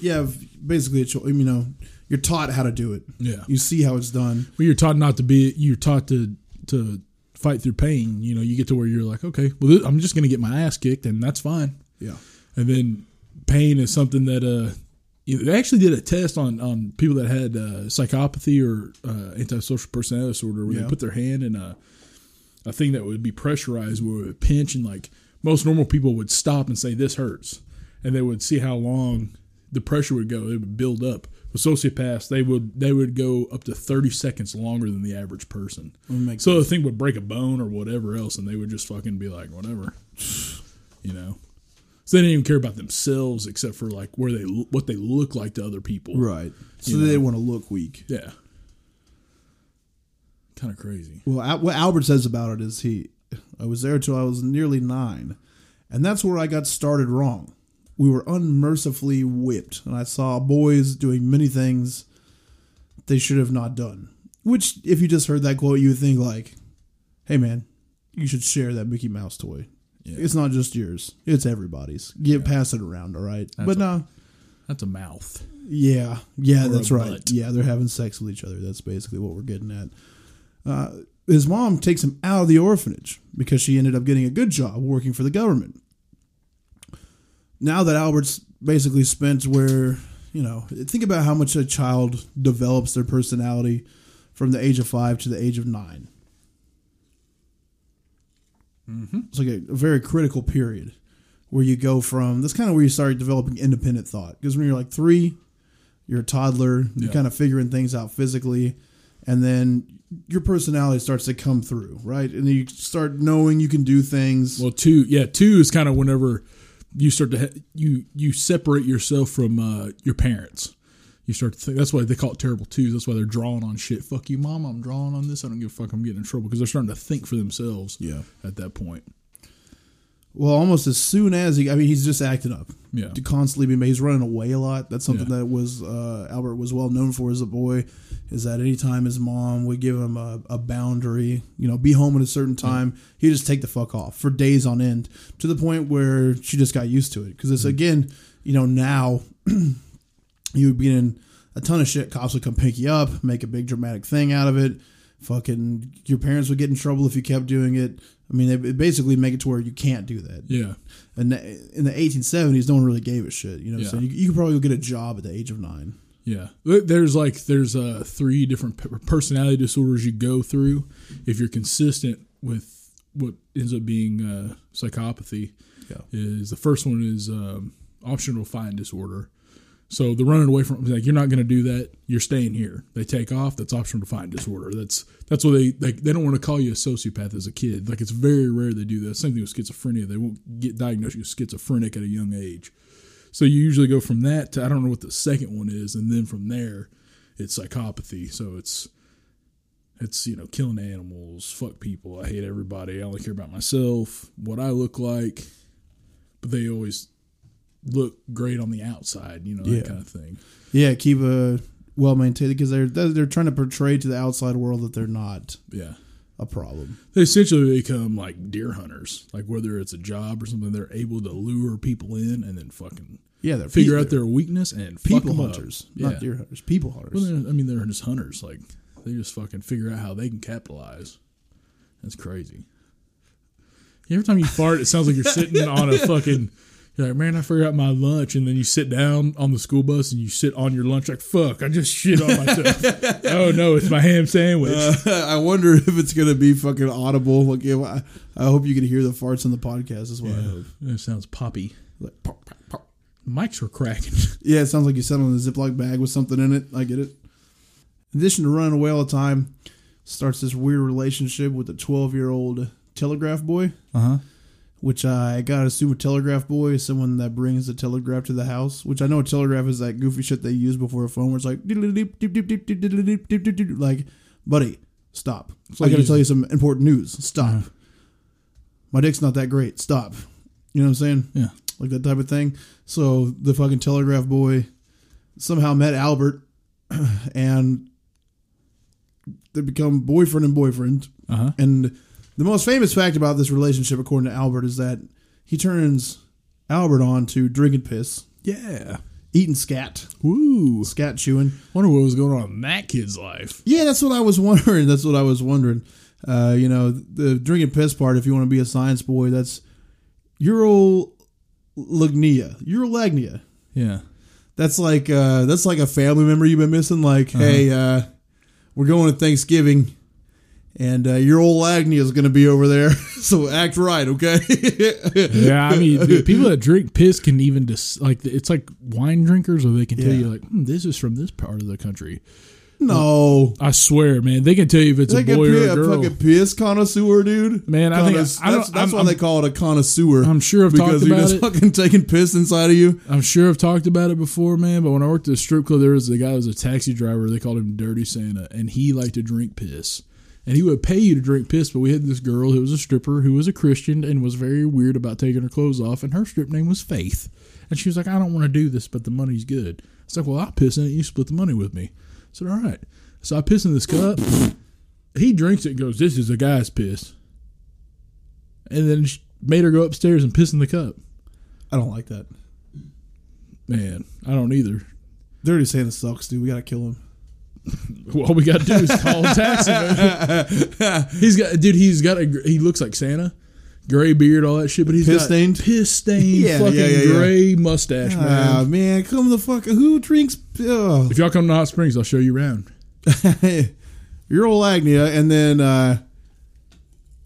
A: you have basically a cho- you know you're taught how to do it
B: there. Yeah.
A: you see how it's done
B: Well, you're taught not to be. You're taught to to fight through pain. You know, you get to where you're like, okay, well, th- I'm just gonna get my ass kicked, and that's fine.
A: yeah
B: And then pain is something that uh, you- they actually did a test on on people that had uh, psychopathy or uh, antisocial personality disorder, where
A: Yeah.
B: they put their hand in a a thing that would be pressurized, where it would pinch, and like most normal people would stop and say, "This hurts," and they would see how long the pressure would go. It would build up. With sociopaths, they would they would go up to thirty seconds longer than the average person.
A: makes
B: So the thing would break a bone or whatever else, and they would just fucking be like, whatever, you know. So they didn't even care about themselves except for like where they what they look like to other people.
A: right so
B: You
A: they
B: know.
A: want to look weak
B: Yeah. Kind of crazy.
A: Well, Al- what Albert says about it is he, I was there till I was nearly nine, And that's where I got started wrong. We were unmercifully whipped, and I saw boys doing many things they should have not done. Which, if you just heard that quote, you would think, like, hey, man, you should share that Mickey Mouse toy.
B: Yeah.
A: It's not just yours, it's everybody's. Get pass it around, all right? but no,
B: That's a mouth.
A: yeah, yeah,
B: Or a
A: that's right.
B: butt.
A: Yeah, they're having sex with each other. That's basically what we're getting at. Uh, his mom takes him out of the orphanage because she ended up getting a good job working for the government. Now that Albert's basically spent where, you know, think about how much a child develops their personality from the age of five to the age of 9 It's like a, a very critical period where you go from that's kind of where you start developing independent thought because when you're like three, you're a toddler, you're
B: Yeah.
A: kind of figuring things out physically, and then your personality starts to come through, right? And then you start knowing you can do things.
B: Well, two, yeah, two is kind of whenever you start to ha- you you separate yourself from uh, your parents. You start to think that's why they call it terrible twos. That's why they're drawing on shit. Fuck you, mom. I'm drawing on this. I don't give a fuck. I'm getting in trouble because they're starting to think for themselves.
A: Yeah.
B: At that point,
A: Well, almost as soon as he, I mean, he's just acting up.
B: Yeah.
A: To constantly being, he's running away a lot. That's something
B: Yeah.
A: that was, uh, Albert was well known for as a boy, is that anytime his mom would give him a, a boundary, you know, be home at a certain time, he'd just take the fuck off for days on end to the point where she just got used to it. Because
B: Mm-hmm.
A: it's, again, you know, now you would be in a ton of shit. Cops would come pick you up, make a big dramatic thing out of it. Fucking, your parents would get in trouble if you kept doing it. I mean, they they basically make it to where you can't do that.
B: yeah,
A: And the- in the 1870s, no one really gave a shit. You know, what I'm
B: Yeah.
A: saying? you, you could probably go get a job at the age of nine.
B: yeah. There- There's like there's uh three different p- personality disorders you go through if you're consistent with what ends up being uh, psychopathy.
A: Yeah.
B: is the first one is um, optional fine disorder. So the running away from like you're not going to do that. You're staying here. They take off. That's optional fine disorder. That's that's what they like. They don't want to call you a sociopath as a kid. Like it's very rare they do that. Same thing with schizophrenia. They won't get diagnosed as schizophrenic at a young age. So you usually go from that to I don't know what the second one is, and then from there, it's psychopathy. So it's it's you know killing animals, fuck people. I hate everybody. I only care about myself, what I look like. But they always look great on the outside, you know
A: Yeah.
B: that kind of thing.
A: Yeah, keep a well maintained because they're they're they're trying to portray to the outside world that they're not
B: Yeah.
A: a problem.
B: They essentially become like deer hunters. Like whether it's a job or something, they're able to lure people in and then fucking
A: Yeah, they're
B: figure
A: pe-
B: out their weakness and fuck
A: people
B: them up.
A: hunters,
B: Yeah.
A: not deer hunters. People hunters.
B: Well, they're- I mean, they're just hunters. Like they just fucking figure out how they can capitalize. That's crazy. Every time you fart, it sounds like you're sitting on a fucking. You're like, man, I forgot my lunch, and then you sit down on the school bus and you sit on your lunch like, fuck, I just shit on myself. oh no, it's my ham sandwich.
A: I wonder if it's gonna be fucking audible. Like, if I, I hope you can hear the farts on the podcast. Is what I hope.
B: that sounds poppy.
A: Like, pop, pop, pop.
B: Mics were cracking.
A: Yeah, it sounds like you sat on a Ziploc bag with something in it. I get it. In addition to running away all the time, starts this weird relationship with a 12 year old telegraph boy,
B: Uh huh.
A: which I gotta assume a telegraph boy is someone that brings the telegraph to the house, which I know a telegraph is that goofy shit they use before a phone where it's like, "Diddle-dee-deep, deep, deep, deep, deep, diddle-dee-deep, deep, deep, deep." like, buddy, stop. I
B: like
A: gotta
B: using-
A: tell you some important news. Stop. My dick's not that great. Stop. You know what I'm saying?
B: Yeah.
A: like that type of thing. So the fucking telegraph boy somehow met Albert, and they become boyfriend and boyfriend.
B: Uh huh.
A: And the most famous fact about this relationship, according to Albert, is that he turns Albert on to drinking piss,
B: Yeah.
A: eating scat,
B: Woo.
A: scat chewing.
B: Wonder what was going on in that kid's life.
A: Yeah, that's what I was wondering. That's what I was wondering. Uh, you know, the drinking piss part, if you want to be a science boy, that's urolagnia. Urolagnia.
B: Yeah.
A: That's like uh, that's like a family member you've been missing. Like,
B: Uh-huh.
A: hey, uh, we're going to Thanksgiving, and uh, your old Agni is going to be over there, so act right, okay?
B: Yeah, I mean, the people that drink piss can even just like it's like wine drinkers, or they can tell
A: Yeah.
B: you like hmm, this is from this part of the country.
A: no,
B: I swear, man, they can tell you if it's
A: they
B: a
A: can
B: boy
A: be
B: or
A: a
B: a girl.
A: fucking piss connoisseur, dude.
B: Man, I think I-
A: Connois-
B: I don't-
A: that's, that's
B: I'm-
A: why
B: I'm-
A: they call it a connoisseur.
B: I'm sure I've
A: because
B: talked
A: you're
B: about
A: just
B: it.
A: fucking taking piss inside of you.
B: I'm sure I've talked about it before, man. But when I worked at a strip club, there was a guy that was a taxi driver. They called him Dirty Santa, and he liked to drink piss. and he would pay you to drink piss. But we had this girl who was a stripper who was a Christian and was very weird about taking her clothes off, and her strip name was Faith. And she was like, I don't want to do this, but the money's good. It's like, well, I'll piss in it. You split the money with me. I said, all right. So I piss in this cup. he drinks it and goes, this is a guy's piss. And then she made her go upstairs and piss in the cup.
A: I don't like that.
B: Man, I don't either.
A: Dirty Santa sucks, dude. We gotta kill him.
B: All we got to do is call a taxi. man. he's got, dude. He's got a. gr- He looks like Santa, gray beard, all that shit. But he's
A: Piss
B: got
A: stained?
B: piss stained,
A: Yeah,
B: fucking
A: yeah, yeah, yeah.
B: gray mustache, man.
A: Ah man, come the fuck. Who drinks? Oh.
B: If y'all come to Hot Springs, I'll show you around.
A: Your old agnia, and then uh,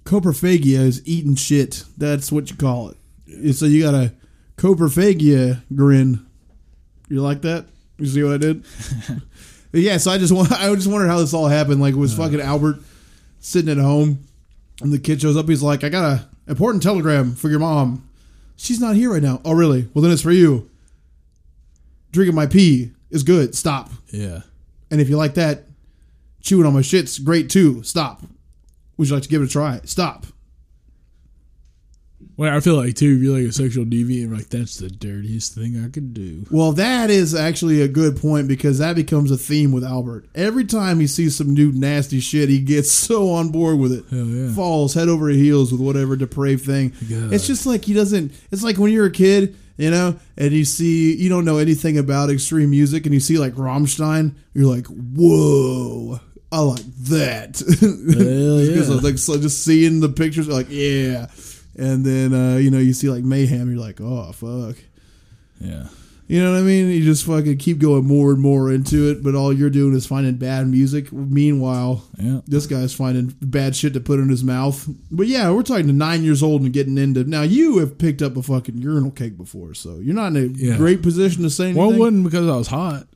A: coprophagia is eating shit. That's what you call it. So you got a coprophagia grin. You like that? You see what I did? yeah. So I just want. I just wondered how this all happened. Like it was fucking Albert sitting at home, and the kid shows up. He's like, "I got a important telegram for your mom. She's not here right now. Oh, really? Well, then it's for you. Drinking my pee is good. Stop."
B: Yeah,
A: And if you like that, chewing on my shit's great too. Stop. Would you like to give it a try? Stop.
B: well, I feel like too. If you're like a sexual deviant, you're like that's the dirtiest thing I could do.
A: Well, that is actually a good point because that becomes a theme with Albert. Every time he sees some new nasty shit, he gets so on board with it.
B: Hell yeah.
A: Falls head over heels with whatever depraved thing.
B: God.
A: It's just like he doesn't. It's like when you're a kid, you know, and you see, you don't know anything about extreme music and you see like Rammstein, you're like, whoa, I like that.
B: Hell
A: Just 'cause
B: yeah.
A: of, like so just seeing the pictures, like yeah, and then uh, you know you see like mayhem, you're like oh fuck,
B: Yeah,
A: you know what I mean? You just fucking keep going more and more into it, but all you're doing is finding bad music. Meanwhile,
B: yeah.
A: this guy's finding bad shit to put in his mouth. But yeah, we're talking to nine years old and getting into now. You have picked up a fucking urinal cake before, so you're not in a
B: Yeah.
A: great position to say anything.
B: Well, it wasn't because I was hot.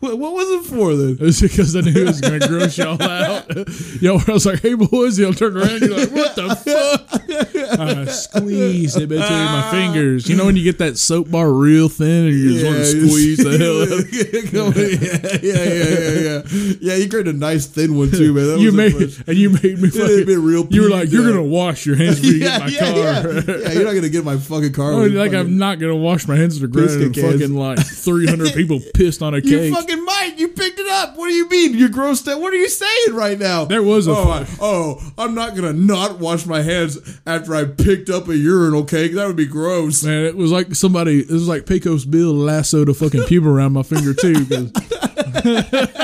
A: what, what was it for then?
B: It was because I knew it was going to gross y'all out. Yo, I was like, hey, boys, y'all turn around. You're like, what the fuck? I squeezed it between my fingers. You know when you get that soap bar real thin and you just want to squeeze the hell out of it?
A: yeah, yeah, yeah, yeah, yeah. Yeah, you created a nice thin one too, man. That was
B: You
A: a
B: made
A: fresh-
B: and you made me fucking.
A: been real
B: you were
A: peeved
B: like, you're
A: out.
B: gonna wash your hands before you get my car.
A: Yeah. Yeah, you're not gonna get my fucking car.
B: Oh,
A: with
B: like
A: fucking-
B: I'm not gonna wash my hands to the ground.
A: Biscuit
B: And
A: cans.
B: fucking like 300 people pissed on a
A: you
B: cake.
A: fucking might. You picked it up. What do you mean? You're grossed out. What are you saying right now?
B: There was a-
A: oh, I, oh, I'm not gonna not wash my hands after I picked up a urinal cake. That would be gross.
B: Man, it was like somebody. It was like Pecos Bill lassoed a fucking pube around my finger too. 'cause-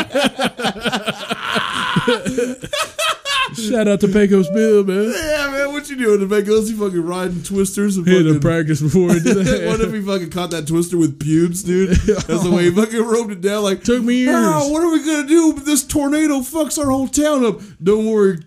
B: Shout out to Pecos Bill, man.
A: Yeah, man, what you doing to make us? You fucking riding twisters and
B: He had to
A: fucking.
B: practice before he did
A: what
B: that.
A: if he fucking caught that twister with pubes, dude? That's the way he fucking roped it down. Like
B: Took me years.
A: "Ah, what are we gonna do? This tornado fucks our whole town up. Don't worry,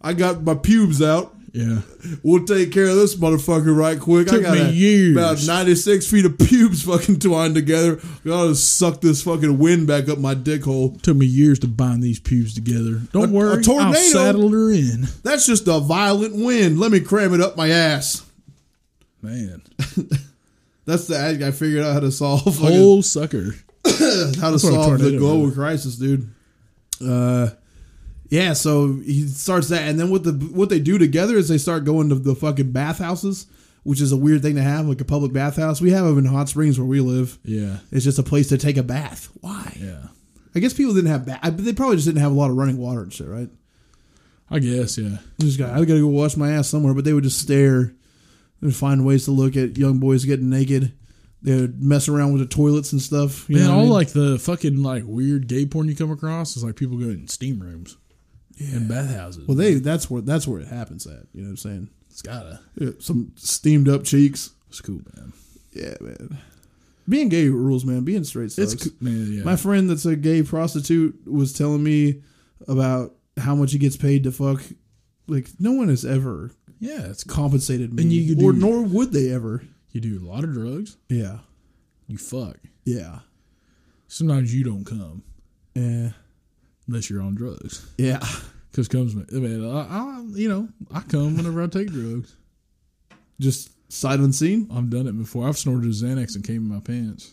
A: I got my pubes out.
B: yeah,
A: We'll take care of this motherfucker right quick. I
B: Took
A: got
B: me
A: a-
B: years.
A: about 96 feet of pubes fucking twined together. Gotta suck this fucking wind back up my dick hole.
B: took me years to bind these pubes together. Don't
A: A-
B: worry,
A: a tornado?
B: I'll saddle her in.
A: That's just a violent wind. Let me cram it up my ass.
B: Man,
A: That's the I I figured out how to solve fucking-
B: whole sucker.
A: how to
B: That's what a
A: solve the
B: tornado
A: global crisis, dude. Uh, yeah. So he starts that, and then what the what they do together is they start going to the fucking bathhouses, which is a weird thing to have, like a public bathhouse. We have them in hot springs where we live.
B: Yeah,
A: It's just a place to take a bath. Why?
B: yeah.
A: I guess people didn't have bath. They probably just didn't have a lot of running water and shit, right?
B: I guess. Yeah,
A: You Just got, I gotta go wash my ass somewhere, but they would just stare and find ways to look at young boys getting naked. They would mess around with the toilets and stuff. You
B: man.
A: know what I
B: all
A: mean?
B: like the fucking like weird gay porn you come across is like people going in steam rooms. And bathhouses.
A: well, they that's where that's where it happens at. You know what I'm saying?
B: it's gotta.
A: Yeah, some steamed up cheeks.
B: It's cool, man.
A: Yeah, man. Being gay rules, man. Being straight sucks.
B: It's cool, man. Yeah.
A: My friend that's a gay prostitute was telling me about how much he gets paid to fuck. Like no one has ever
B: yeah, it's cool.
A: compensated me,
B: And you could
A: or
B: do-
A: nor would they ever.
B: You do a lot of drugs.
A: Yeah,
B: You fuck.
A: yeah,
B: Sometimes you don't come
A: yeah,
B: unless you're on drugs.
A: yeah.
B: Because comes, I mean, I, I, you know, I come whenever I take drugs.
A: Just sight unseen.
B: I've done it before. I've snorted a Xanax and came in my pants.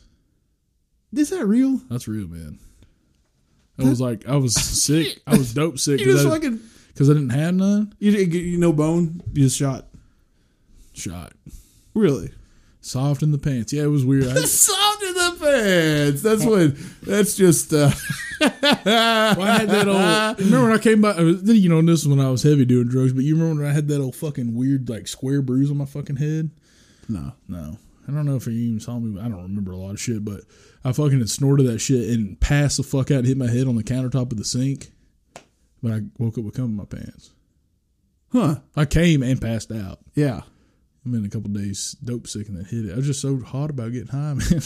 A: Is that real?
B: That's real, man. I was like, I was sick. I was dope sick
A: You just
B: because I,
A: fucking
B: 'cause I didn't have none.
A: you didn't get you no bone. You just shot.
B: Shot
A: Really.
B: soft in the pants. Yeah, it was weird. I,
A: Soft in the pants. That's what. That's just. Uh,
B: Well, I had that old. Remember when I came by? uh, You know, this is when I was heavy doing drugs. But you remember when I had that old fucking weird like square bruise on my fucking head?
A: no.
B: No, I don't know if you even saw me. but I don't remember a lot of shit, but I fucking had snorted that shit and passed the fuck out, and hit my head on the countertop of the sink. But I woke up with cum in my pants.
A: Huh.
B: I came and passed out.
A: Yeah.
B: I'm in a couple days dope sick and then hit it. I was just so hot about getting high, man.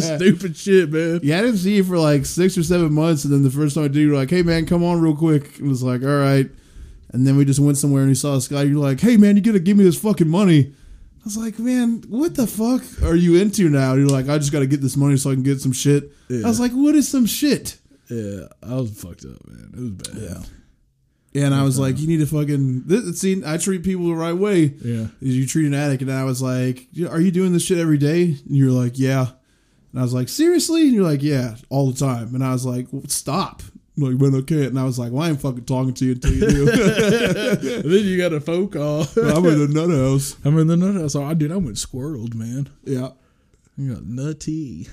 B: Stupid shit, man.
A: Yeah, I didn't see you for like six or seven months, and then the first time I did, you were like, "Hey man, come on real quick." It was like, "All right," and then we just went somewhere and you saw this guy. You're like, "Hey man, you gotta give me this fucking money." I was like, "Man, what the fuck are you into now?" You're like, "I just gotta get this money so I can get some shit." I was like, "What is some shit?"
B: Yeah, I was fucked up, man. It was bad. Yeah.
A: And I was like, "You need to fucking this, see." I treat people the right way.
B: Yeah.
A: You treat an addict, and I was like, "You- "Are you doing this shit every day?" And you're like, "Yeah." And I was like, seriously? And you're like, yeah, all the time. And I was like, well, stop. You're like, man, I can't. And I was like, well, I ain't fucking talking to you until you do.
B: And then you got a phone call.
A: I'm in a nut house.
B: I mean, the nut. I saw, dude, I went squirreled, man.
A: Yeah.
B: I got nutty.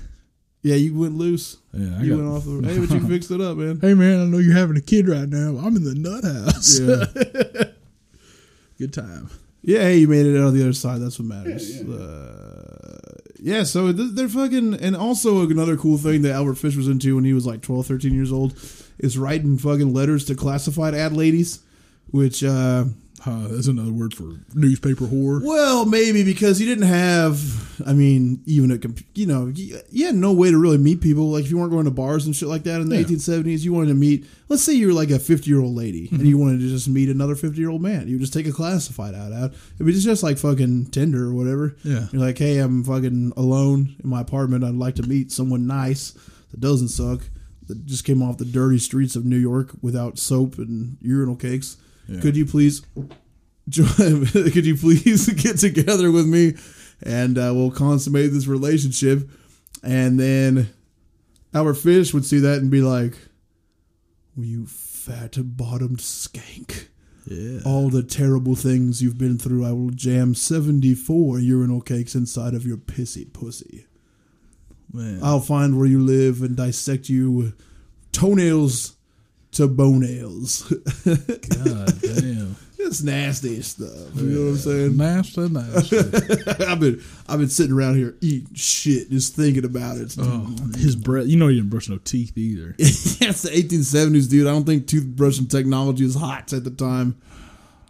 A: Yeah, you went loose.
B: Yeah, I
A: you
B: got-
A: went off the. Hey, but you fixed it up, man.
B: Hey, man, I know you're having a kid right now. I'm in the nut house.
A: Yeah.
B: Good time.
A: Yeah, hey, you made it out on the other side. That's what matters. Yeah, Uh, yeah so th- they're fucking. And also, another cool thing that Albert Fish was into when he was like 12, 13 years old is writing fucking letters to classified ad ladies, which. Uh,
B: Uh, that's another word for newspaper whore.
A: Well, maybe because you didn't have, I mean, even a, comp- you know, you, you had no way to really meet people. Like if you weren't going to bars and shit like that in the
B: Yeah.
A: 1870s, you wanted to meet, let's say you were like a 50 year old lady
B: Mm-hmm.
A: and you wanted to just meet another 50 year old man. You would just take a classified ad out. It'd be just, just like fucking Tinder or whatever.
B: Yeah.
A: You're like, hey, I'm fucking alone in my apartment. I'd like to meet someone nice that doesn't suck, that just came off the dirty streets of New York without soap and urinal cakes.
B: Yeah.
A: Could you please John, could you please get together with me and uh, we'll consummate this relationship? And then Albert Fish would see that and be like, well, You fat bottomed skank.
B: Yeah.
A: All the terrible things you've been through, I will jam 74 urinal cakes inside of your pissy pussy.
B: Man.
A: I'll find where you live and dissect you toenails to bone nails.
B: God damn.
A: it's nasty stuff. You know what I'm saying?
B: Nasty, nasty.
A: I've been I've been sitting around here eating shit, just thinking about it.
B: Oh, his breath. You know he didn't brush no teeth either.
A: it's the 1870s, dude. I don't think toothbrushing technology was hot at the time.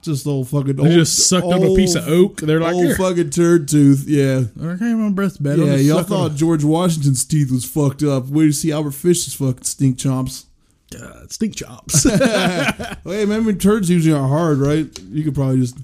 A: Just old fucking.
B: They
A: old,
B: just sucked up a piece of oak. They're like,
A: old
B: "Here."
A: fucking turd tooth. Yeah,
B: okay, my breath's bad. I'll
A: yeah.
B: just
A: Y'all
B: suck on
A: thought George Washington's teeth was fucked up. Wait to see Albert Fish's fucking stink chomps. Oh,
B: it." God, stink chops.
A: Hey, remember turds usually are hard, right? You could probably just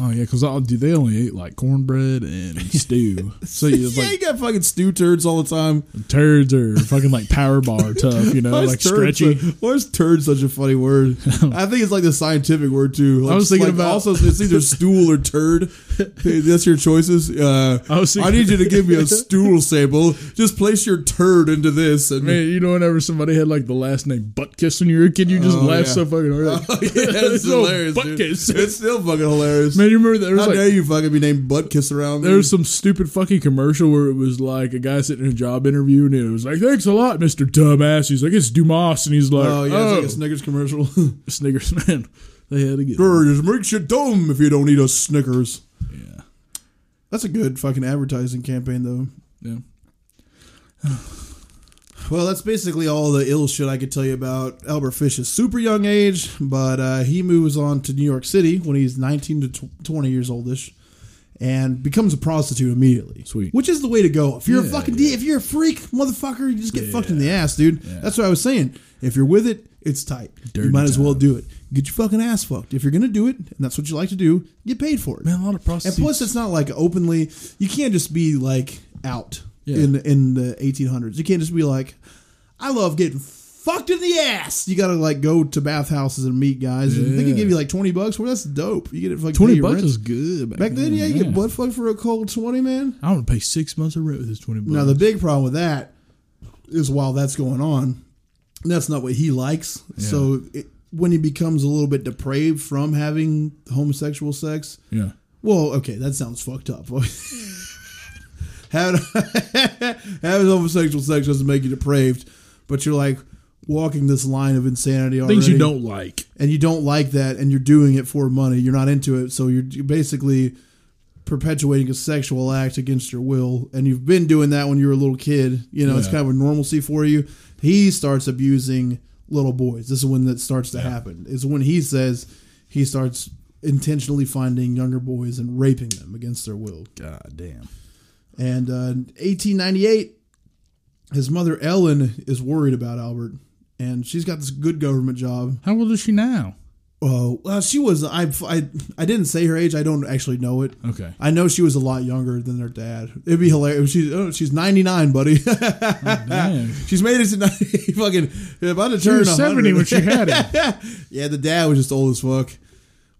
B: oh yeah, because dude, they only ate like cornbread and stew. So you just
A: yeah,
B: like
A: you got fucking stew turds all the time.
B: turds or fucking like power bar tough, you know,
A: Why is
B: like
A: turd
B: stretchy.
A: su- why is turd such a funny word? I think it's like the scientific word too. Like,
B: was thinking
A: like,
B: about-
A: also it's either stool or turd. That's your choices. Uh, I,
B: I was thinking-
A: need you to give me a stool sample. Just place your turd into this and.
B: Man, you know, whenever somebody had like the last name Buttkiss when you were a kid, you just
A: Oh,
B: laughed
A: yeah.
B: so fucking hard.
A: Oh, yeah, it's
B: It's all
A: hilarious.
B: butt
A: dude.
B: kiss.
A: It's still fucking hilarious.
B: Man, you remember there
A: How
B: was
A: dare
B: like
A: you fucking be named butt kiss around me?
B: there was some stupid fucking commercial where it was like a guy sitting in a job interview and it was like, "Thanks a lot, Mister Dumbass." He's like, "It's Dumas," and he's like,
A: oh
B: "Oh,
A: yeah, it's like a Snickers commercial.
B: Snickers man." They had to get
A: Turd makes you dumb if you don't eat a Snickers.
B: yeah,
A: That's a good fucking advertising campaign though.
B: yeah.
A: Well, that's basically all the ill shit I could tell you about Albert Fish's super young age, but uh, he moves on to New York City when he's 19 to tw- 20 years oldish and becomes a prostitute immediately.
B: Sweet.
A: Which is the way to go. If you're a
B: Yeah,
A: fucking
B: yeah.
A: D, if you're a freak, motherfucker, you just get fucked in the ass, dude.
B: Yeah.
A: That's what I was saying. If you're with it, it's tight.
B: Dirty
A: you might as well
B: time.
A: do it. Get your fucking ass fucked. If you're going to do it, and that's what you like to do, get paid for it.
B: Man, a lot of
A: And
B: prostitutes.
A: plus, it's not like openly. You can't just be like out
B: Yeah.
A: in in the 1800s. You can't just be like, I love getting fucked in the ass. You got to like go to bathhouses and meet guys, and they can
B: Yeah.
A: give you like 20 bucks. Well, that's dope. You get it for like
B: twenty
A: pay your
B: bucks
A: rent.
B: is good back,
A: back then. Yeah, you
B: man.
A: get butt fucked for a cold 20, man.
B: I want to pay six months of rent with this twenty bucks.
A: Now the big problem with that is while that's going on, that's not what he likes. So it, when he becomes a little bit depraved from having homosexual sex,
B: Yeah.
A: well, okay, that sounds fucked up. having, having homosexual sex doesn't make you depraved, but you're like walking this line of insanity already.
B: Things you don't like.
A: and you don't like that, and you're doing it for money. You're not into it, so you're you're basically perpetuating a sexual act against your will. And you've been doing that when you were a little kid. You know, it's
B: Yeah.
A: kind of a normalcy for you. He starts abusing little boys. This is when that starts to happen. It's when he says he starts intentionally finding younger boys and raping them against their will.
B: God damn.
A: And uh, in 1898, his mother Ellen is worried about Albert, and she's got this good government job.
B: How old is she now?
A: Oh, well, she was. I, I I didn't say her age. I don't actually know it.
B: Okay.
A: I know she was a lot younger than her dad. It'd be hilarious. She's oh, she's ninety nine, buddy.
B: Damn.
A: she's made it to ninety. Fucking about to
B: She
A: turn
B: was 70 when
A: 100.
B: she had him.
A: yeah, the dad was just old as fuck,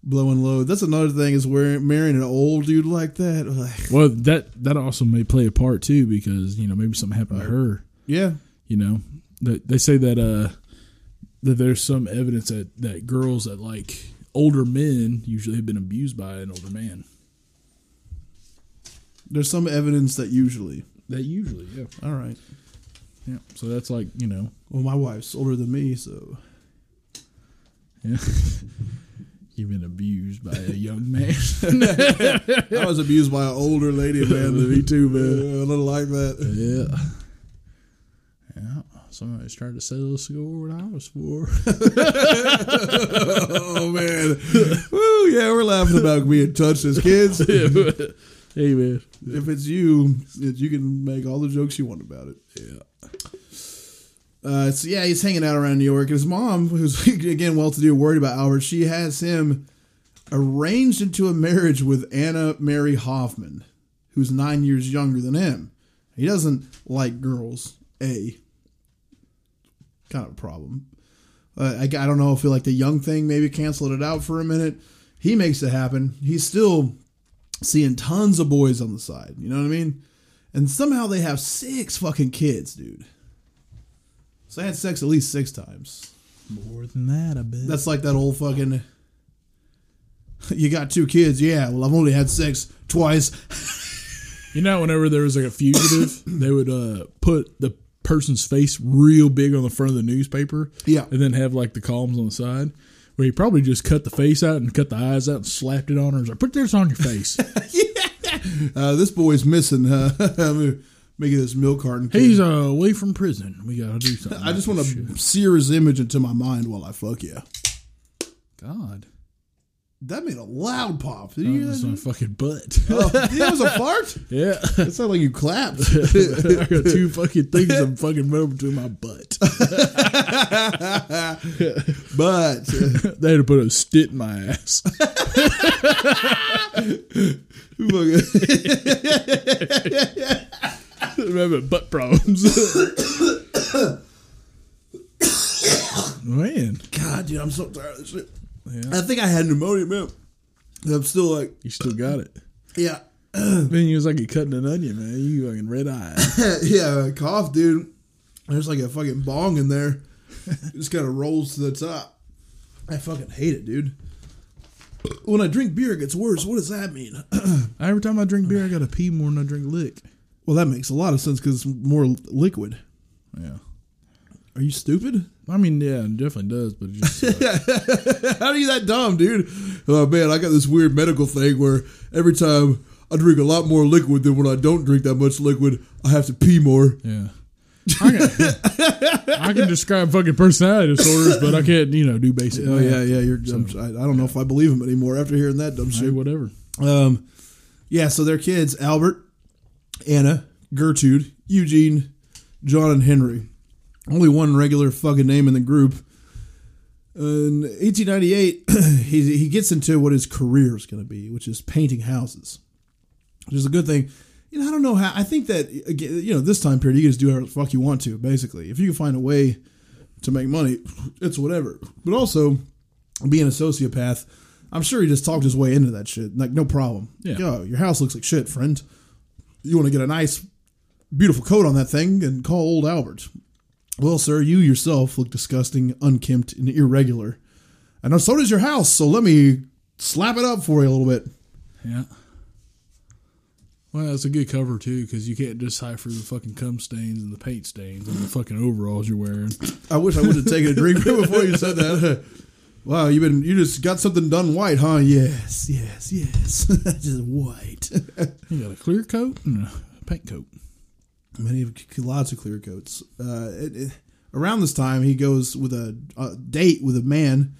A: blowing load. That's another thing is we're marrying an old dude like that. Ugh.
B: Well, that that also may play a part too because you know maybe something happened to her.
A: yeah,
B: You know, they, they say that uh that there's some evidence that that girls that like older men usually have been abused by an older man.
A: there's some evidence that usually.
B: That usually, yeah,
A: All right.
B: yeah. So that's like you know,
A: Well, my wife's older than me, so
B: yeah. you've been abused by a young man.
A: I was abused by an older lady man than me too, man. I don't like that.
B: yeah. Yeah, somebody's trying to sell us score when I was four.
A: Oh man, Woo, yeah, we're laughing about being touched as kids.
B: hey man,
A: If it's you, it- you can make all the jokes you want about it.
B: yeah,
A: Uh, so yeah, he's hanging out around New York. His mom, who's again well-to-do, worried about Albert. She has him arranged into a marriage with Anna Mary Hoffman, who's nine years younger than him. He doesn't like girls. A kind of a problem. Uh, I, I don't know. I feel like the young thing maybe canceled it out for a minute. He makes it happen. He's still seeing tons of boys on the side. You know what I mean? And somehow they have six fucking kids, dude. So they had sex at least six times.
B: more than that, I bet.
A: That's like that old fucking. You got two kids, yeah. Well, I've only had sex twice.
B: You know, whenever there was like a fugitive, they would uh, put the person's face real big on the front of the newspaper.
A: Yeah.
B: And then have like the columns on the side where he probably just cut the face out and cut the eyes out and slapped it on her. He's like, put this on your face.
A: Uh, this boy's missing. Uh, making this milk carton. kid.
B: He's uh, away from prison. We got to do something.
A: I just want to sear his image into my mind while I fuck you.
B: God.
A: That made a loud pop. Did you hear
B: Oh, That's
A: that?
B: my fucking butt.
A: Oh, that was a fart.
B: yeah.
A: It sounded like you clapped.
B: I got two fucking things I'm fucking middle between my butt.
A: but uh,
B: they had to put a stit in my ass. I'm having butt problems. Man.
A: God, dude, I'm so tired of this shit.
B: Yeah.
A: I think I had pneumonia, man. And I'm still like,
B: You still got it.
A: yeah,
B: Man, you was like you cutting an onion, man. You fucking red eye.
A: yeah, I cough, dude. There's like a fucking bong in there. It just kind of rolls to the top. I fucking hate it, dude. When I drink beer, it gets worse. What does that mean?
B: Every time I drink beer, I gotta pee more than I drink lick.
A: well, that makes a lot of sense because it's more liquid.
B: Yeah.
A: Are you stupid?
B: I mean, yeah, it definitely does, but it just uh, sucks.
A: How are you that dumb, dude? Oh man, I got this weird medical thing where every time I drink a lot more liquid than when I don't drink that much liquid, I have to pee more.
B: yeah. I can, I can describe fucking personality disorders, but I can't, you know, do basic.
A: Oh
B: math.
A: yeah, yeah. You're. dumb. I, I don't know if I believe him anymore after hearing that dumb
B: Hey,
A: shit.
B: whatever.
A: Um, yeah. So their kids: Albert, Anna, Gertrude, Eugene, John, and Henry. Only one regular fucking name in the group. In 1898, he he gets into what his career is going to be, which is painting houses, which is a good thing. You know, I don't know how. I think that again, you know, this time period, you can just do whatever the fuck you want to. Basically, if you can find a way to make money, it's whatever. But also, being a sociopath, I'm sure he just talked his way into that shit. Like, no problem.
B: Yeah.
A: Yo, your house looks like shit, friend. You want to get a nice beautiful coat on that thing and call old Albert. Well, sir, you yourself look disgusting, unkempt, and irregular. I know so does your house, so let me slap it up for you a little bit.
B: Yeah. Well, it's a good cover too, because you can't decipher the fucking cum stains and the paint stains and the fucking overalls you're wearing.
A: I wish I would have taken a drink before you said that. Wow, you been you just got something done white, huh? Yes, yes, yes. just white.
B: You got a clear coat and a paint coat.
A: Many lots of clear coats. Uh, it, it- around this time, he goes with a, a date with a man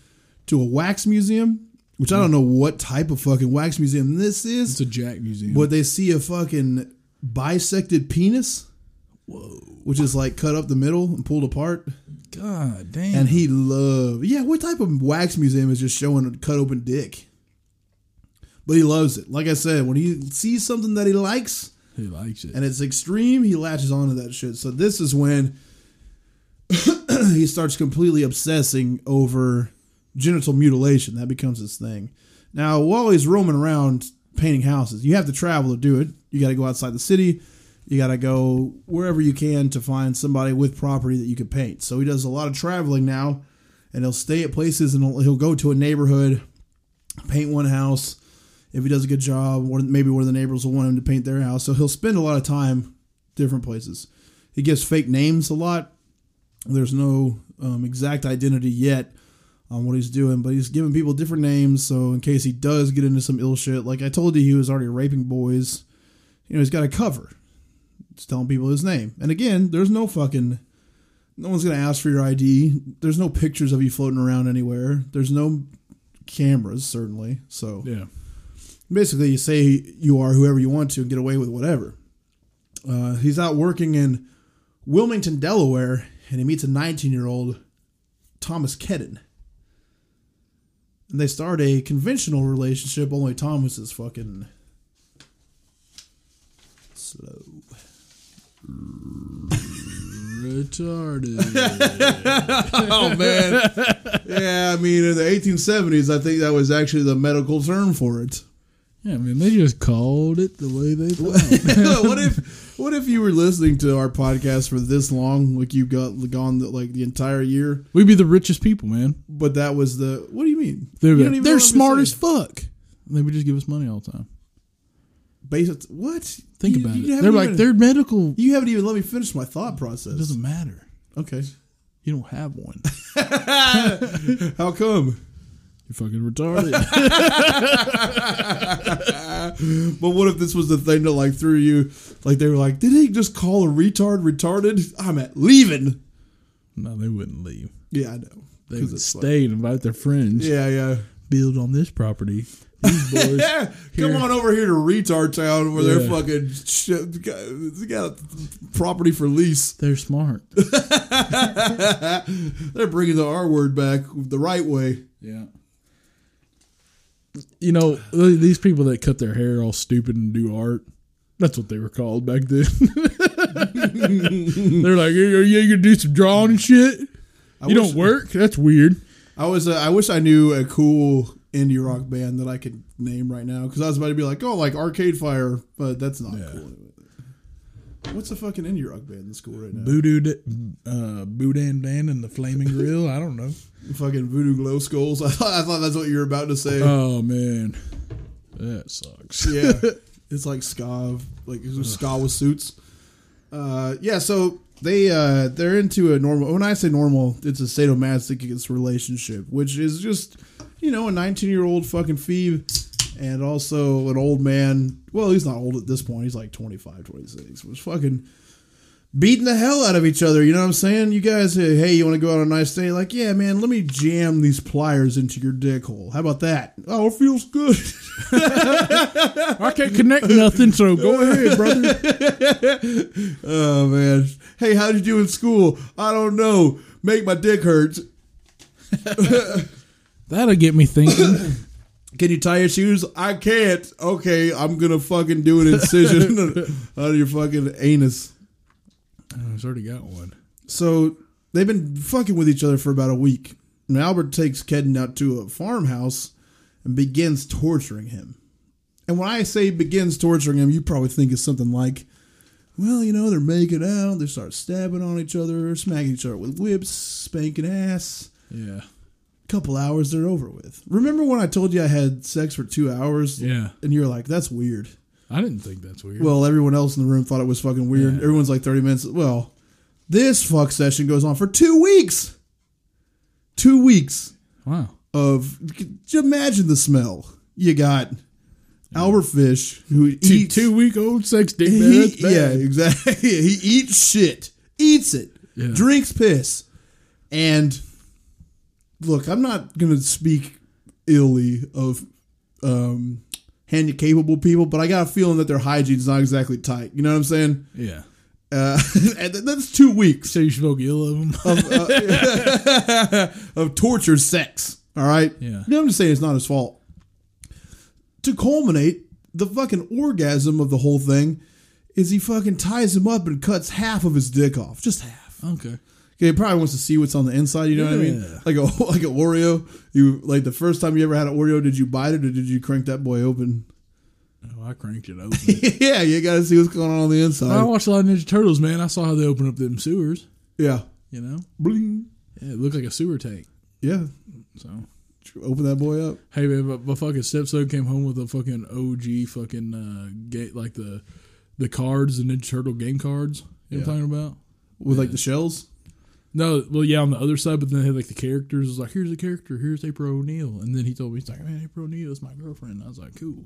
A: to a wax museum, which I don't know what type of fucking wax museum this is.
B: It's a Jack museum.
A: But they see a fucking bisected penis,
B: Whoa!
A: which is like cut up the middle and pulled apart.
B: God damn!
A: And he loved. Yeah, what type of wax museum is just showing a cut open dick? But he loves it. Like I said, when he sees something that he likes
B: he likes it.
A: and it's extreme, he latches onto that shit. So this is when he starts completely obsessing over genital mutilation. That becomes his thing. Now, while he's roaming around painting houses, you have to travel to do it. You got to go outside the city. You got to go wherever you can to find somebody with property that you can paint. So he does a lot of traveling now, and he'll stay at places and he'll, he'll go to a neighborhood, paint one house. If he does a good job, one, maybe one of the neighbors will want him to paint their house. So he'll spend a lot of time different places. He gives fake names a lot. There's no um, exact identity yet on what he's doing, but he's giving people different names. So in case he does get into some ill shit, like I told you, he was already raping boys. You know, he's got a cover. It's telling people his name. And again, there's no fucking. No one's gonna ask for your ID. There's no pictures of you floating around anywhere. There's no cameras, certainly. So
B: yeah.
A: basically you say you are whoever you want to and get away with whatever. Uh, he's out working in Wilmington, Delaware, and he meets a 19 year old Thomas Kedden. And they start a conventional relationship, only Thomas is fucking slow.
B: Retarded.
A: Oh, man. yeah, I mean, in the 1870s, I think that was actually the medical term for it.
B: yeah, I mean they just called it the way they thought.
A: what if what if you were listening to our podcast for this long like you got gone the, like the entire year
B: We'd be the richest people, man.
A: but that was the what do you mean
B: They're,
A: You don't even know
B: they're
A: what I'm
B: smart as
A: saying.
B: fuck. They would just give us money all the time.
A: Basi- what
B: Think
A: You-
B: about
A: you
B: it.
A: haven't
B: They're like
A: even-
B: they're medical. It
A: you haven't even let me finish my thought process
B: doesn't matter.
A: okay
B: You don't have one.
A: how come
B: You're fucking retarded.
A: but what if this was the thing that like threw you like they were like did he just call a retard retarded I'm at leaving
B: no, they wouldn't leave.
A: yeah I know
B: They
A: 'Cause
B: would
A: it's like-
B: stay and invite their friends.
A: yeah yeah
B: Build on this property. These boys.
A: Yeah, come on over here to retard town where they're
B: Yeah.
A: fucking shit, got, they got property for lease.
B: They're smart.
A: They're bringing the R word back the right way.
B: Yeah. You know, th- these people that cut their hair all stupid and do art, that's what they were called back then. They're like, "Are you going to do some drawing and shit?
A: I
B: you
A: wish-
B: don't work? That's weird.
A: I was. Uh, I wish I knew a cool indie rock band that I could name right now because I was about to be like, oh, like Arcade Fire, but that's not cool. What's a fucking indie rock band that's cool right now?
B: Voodoo, d- uh, Boudin Dan and the Flaming Grill. I don't know.
A: Fucking Voodoo Glow Skulls. I thought, I thought that's what you were about to say.
B: Oh, man. That sucks.
A: yeah, it's like ska, like it's just ska with suits. Uh, yeah, so they uh, they're into a normal. When I say normal, it's a sadomasochist relationship, which is just you know a 19 year old fucking phoebe and also an old man. Well, he's not old at this point. He's like 25, 26. Was fucking beating the hell out of each other. You know what I'm saying? You guys, say, hey, you want to go out on a nice day? Like, yeah, man, let me jam these pliers into your dick hole. How about that? Oh, it feels good.
B: I can't connect nothing, so go ahead, brother.
A: Oh man. Hey, how'd you do in school? I don't know. Make my dick hurt.
B: That'll get me thinking.
A: Can you tie your shoes? I can't. Okay, I'm gonna fucking do an incision out of your fucking anus.
B: I've Oh, already got one.
A: So they've been fucking with each other for about a week. And Albert takes Kedden out to a farmhouse and begins torturing him. And when I say begins torturing him, you probably think it's something like well, you know, they're making out. They start stabbing on each other, smacking each other with whips, spanking ass.
B: Yeah.
A: Couple hours, they're over with. Remember when I told you I had sex for two hours?
B: Yeah.
A: And you were like, that's weird.
B: I didn't think that's weird.
A: Well, everyone else in the room thought it was fucking weird.
B: Yeah.
A: Everyone's like 30 minutes. Well, this fuck session goes on for two weeks. Two weeks
B: wow.
A: of. could you Imagine the smell. You got Albert Fish, who
B: Two,
A: eats.
B: two week old sex dick, man.
A: He-
B: That's bad.
A: yeah, exactly. he eats shit, eats it,
B: Yeah.
A: drinks piss, and look, I'm not gonna speak illy of um, handicapable people, but I got a feeling that their hygiene's not exactly tight. You know what I'm saying?
B: Yeah.
A: Uh, and th- that's two weeks
B: So you spoke ill of him.
A: of, uh, of torture sex. All right.
B: Yeah.
A: You know, I'm just saying it's not his fault. To culminate, the fucking orgasm of the whole thing is he fucking ties him up and cuts half of his dick off, just half.
B: okay.
A: Okay, he probably wants to see what's on the inside. You know what I mean?
B: Yeah.
A: Like a like an Oreo. You like the first time you ever had an Oreo, did you bite it or did you crank that boy open?
B: Oh, I cranked it open.
A: yeah, you got to see what's going on on the inside.
B: I watched a lot of Ninja Turtles, man. I saw how they open up them sewers.
A: yeah,
B: You know,
A: bling.
B: yeah, it looked like a sewer tank.
A: Yeah,
B: So,
A: open that boy up.
B: hey, man, my, my fucking stepson came home with a fucking OG fucking uh, gate, like the the cards, the Ninja Turtle game cards. You know what I'm talking about?
A: with like the shells.
B: No, well, yeah, on the other side, but then they had like the characters. It was like, here's a character, here's April O'Neil, and then he told me he's like, man, April O'Neil is my girlfriend. I was like, cool,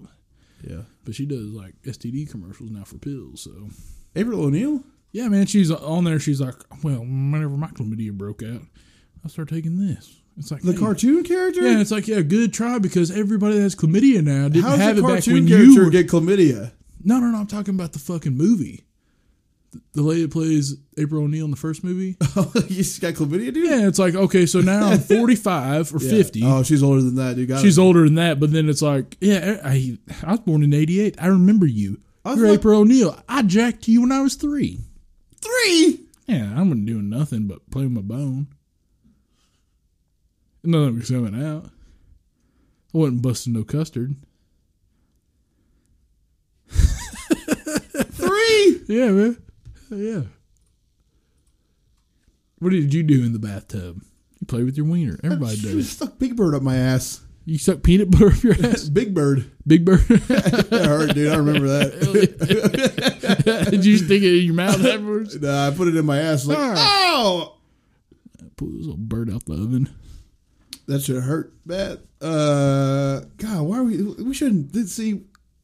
A: Yeah,
B: but she does like STD commercials now for pills, so
A: April O'Neil.
B: Yeah, man, she's on there. She's like, well, whenever my chlamydia broke out, I started taking this. It's like
A: The
B: hey.
A: cartoon character?
B: Yeah, it's like yeah, good try because everybody that has chlamydia now didn't
A: How
B: have
A: does a
B: it back
A: cartoon
B: when you
A: character
B: were.
A: get chlamydia?
B: no, no, no. I'm talking about the fucking movie. The lady that plays April O'Neil in the first movie.
A: you just got chlamydia, dude?
B: yeah, it's like okay, so now I'm 45 or
A: Yeah.
B: 50.
A: Oh, she's older than that, dude. Got
B: She's
A: it.
B: older than that, but then it's like yeah, er, I I was born in '88. I remember you.
A: I
B: You're
A: thought-
B: April O'Neil. I jacked you when I was three.
A: three.
B: Yeah, I wasn't doing nothing but playing with my bone. Nothing was coming out. I wasn't busting no custard.
A: Three.
B: Yeah, man. Yeah. What did you do in the bathtub? You play with your wiener. Everybody does.
A: Stuck Big Bird up my ass.
B: You suck peanut butter up your ass.
A: Big Bird.
B: Big bird.
A: That hurt, dude. I remember that.
B: did you stick it in your mouth afterwards?
A: nah, I put it in my ass. Like,
B: Ah.
A: oh,
B: Pull this little bird out the oven.
A: that should hurt bad. Uh, God, why are we? We shouldn't did see.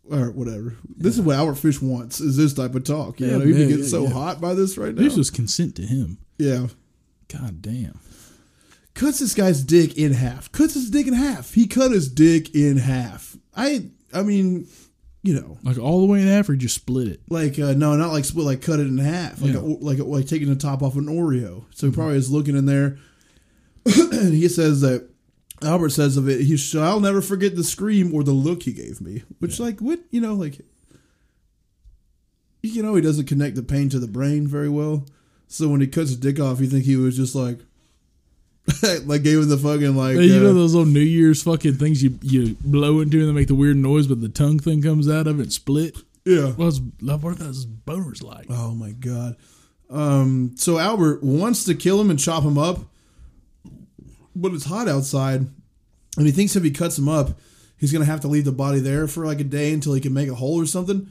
A: Or whatever. This is what Albert Fish wants. Is this type of talk? You
B: Yeah,
A: know, he'd be
B: yeah,
A: getting
B: yeah,
A: so
B: yeah.
A: hot by this right now.
B: This was consent to him.
A: yeah.
B: God damn.
A: cuts this guy's dick in half. Cuts his dick in half. He cut his dick in half. I I mean, you know,
B: Like all the way in half, or just split it.
A: like uh, no, not like split, like cut it in half, like
B: Yeah.
A: a,
B: Mm-hmm.
A: like a, like taking the top off an Oreo. So he probably is looking in there. and he says that Albert says of it, he shall never forget the scream or the look he gave me. Which like what you know like. You know he doesn't connect the pain to the brain very well, so when he cuts his dick off, you think he was just like, like gave him the fucking like.
B: Hey, you
A: uh,
B: know those little New Year's fucking things you you blow into and they make the weird noise, but the tongue thing comes out of it split.
A: Yeah.
B: Well, it's, what are those boners like?
A: Oh my god. Um. So Albert wants to kill him and chop him up, but it's hot outside, and he thinks if he cuts him up, he's gonna have to leave the body there for like a day until he can make a hole or something.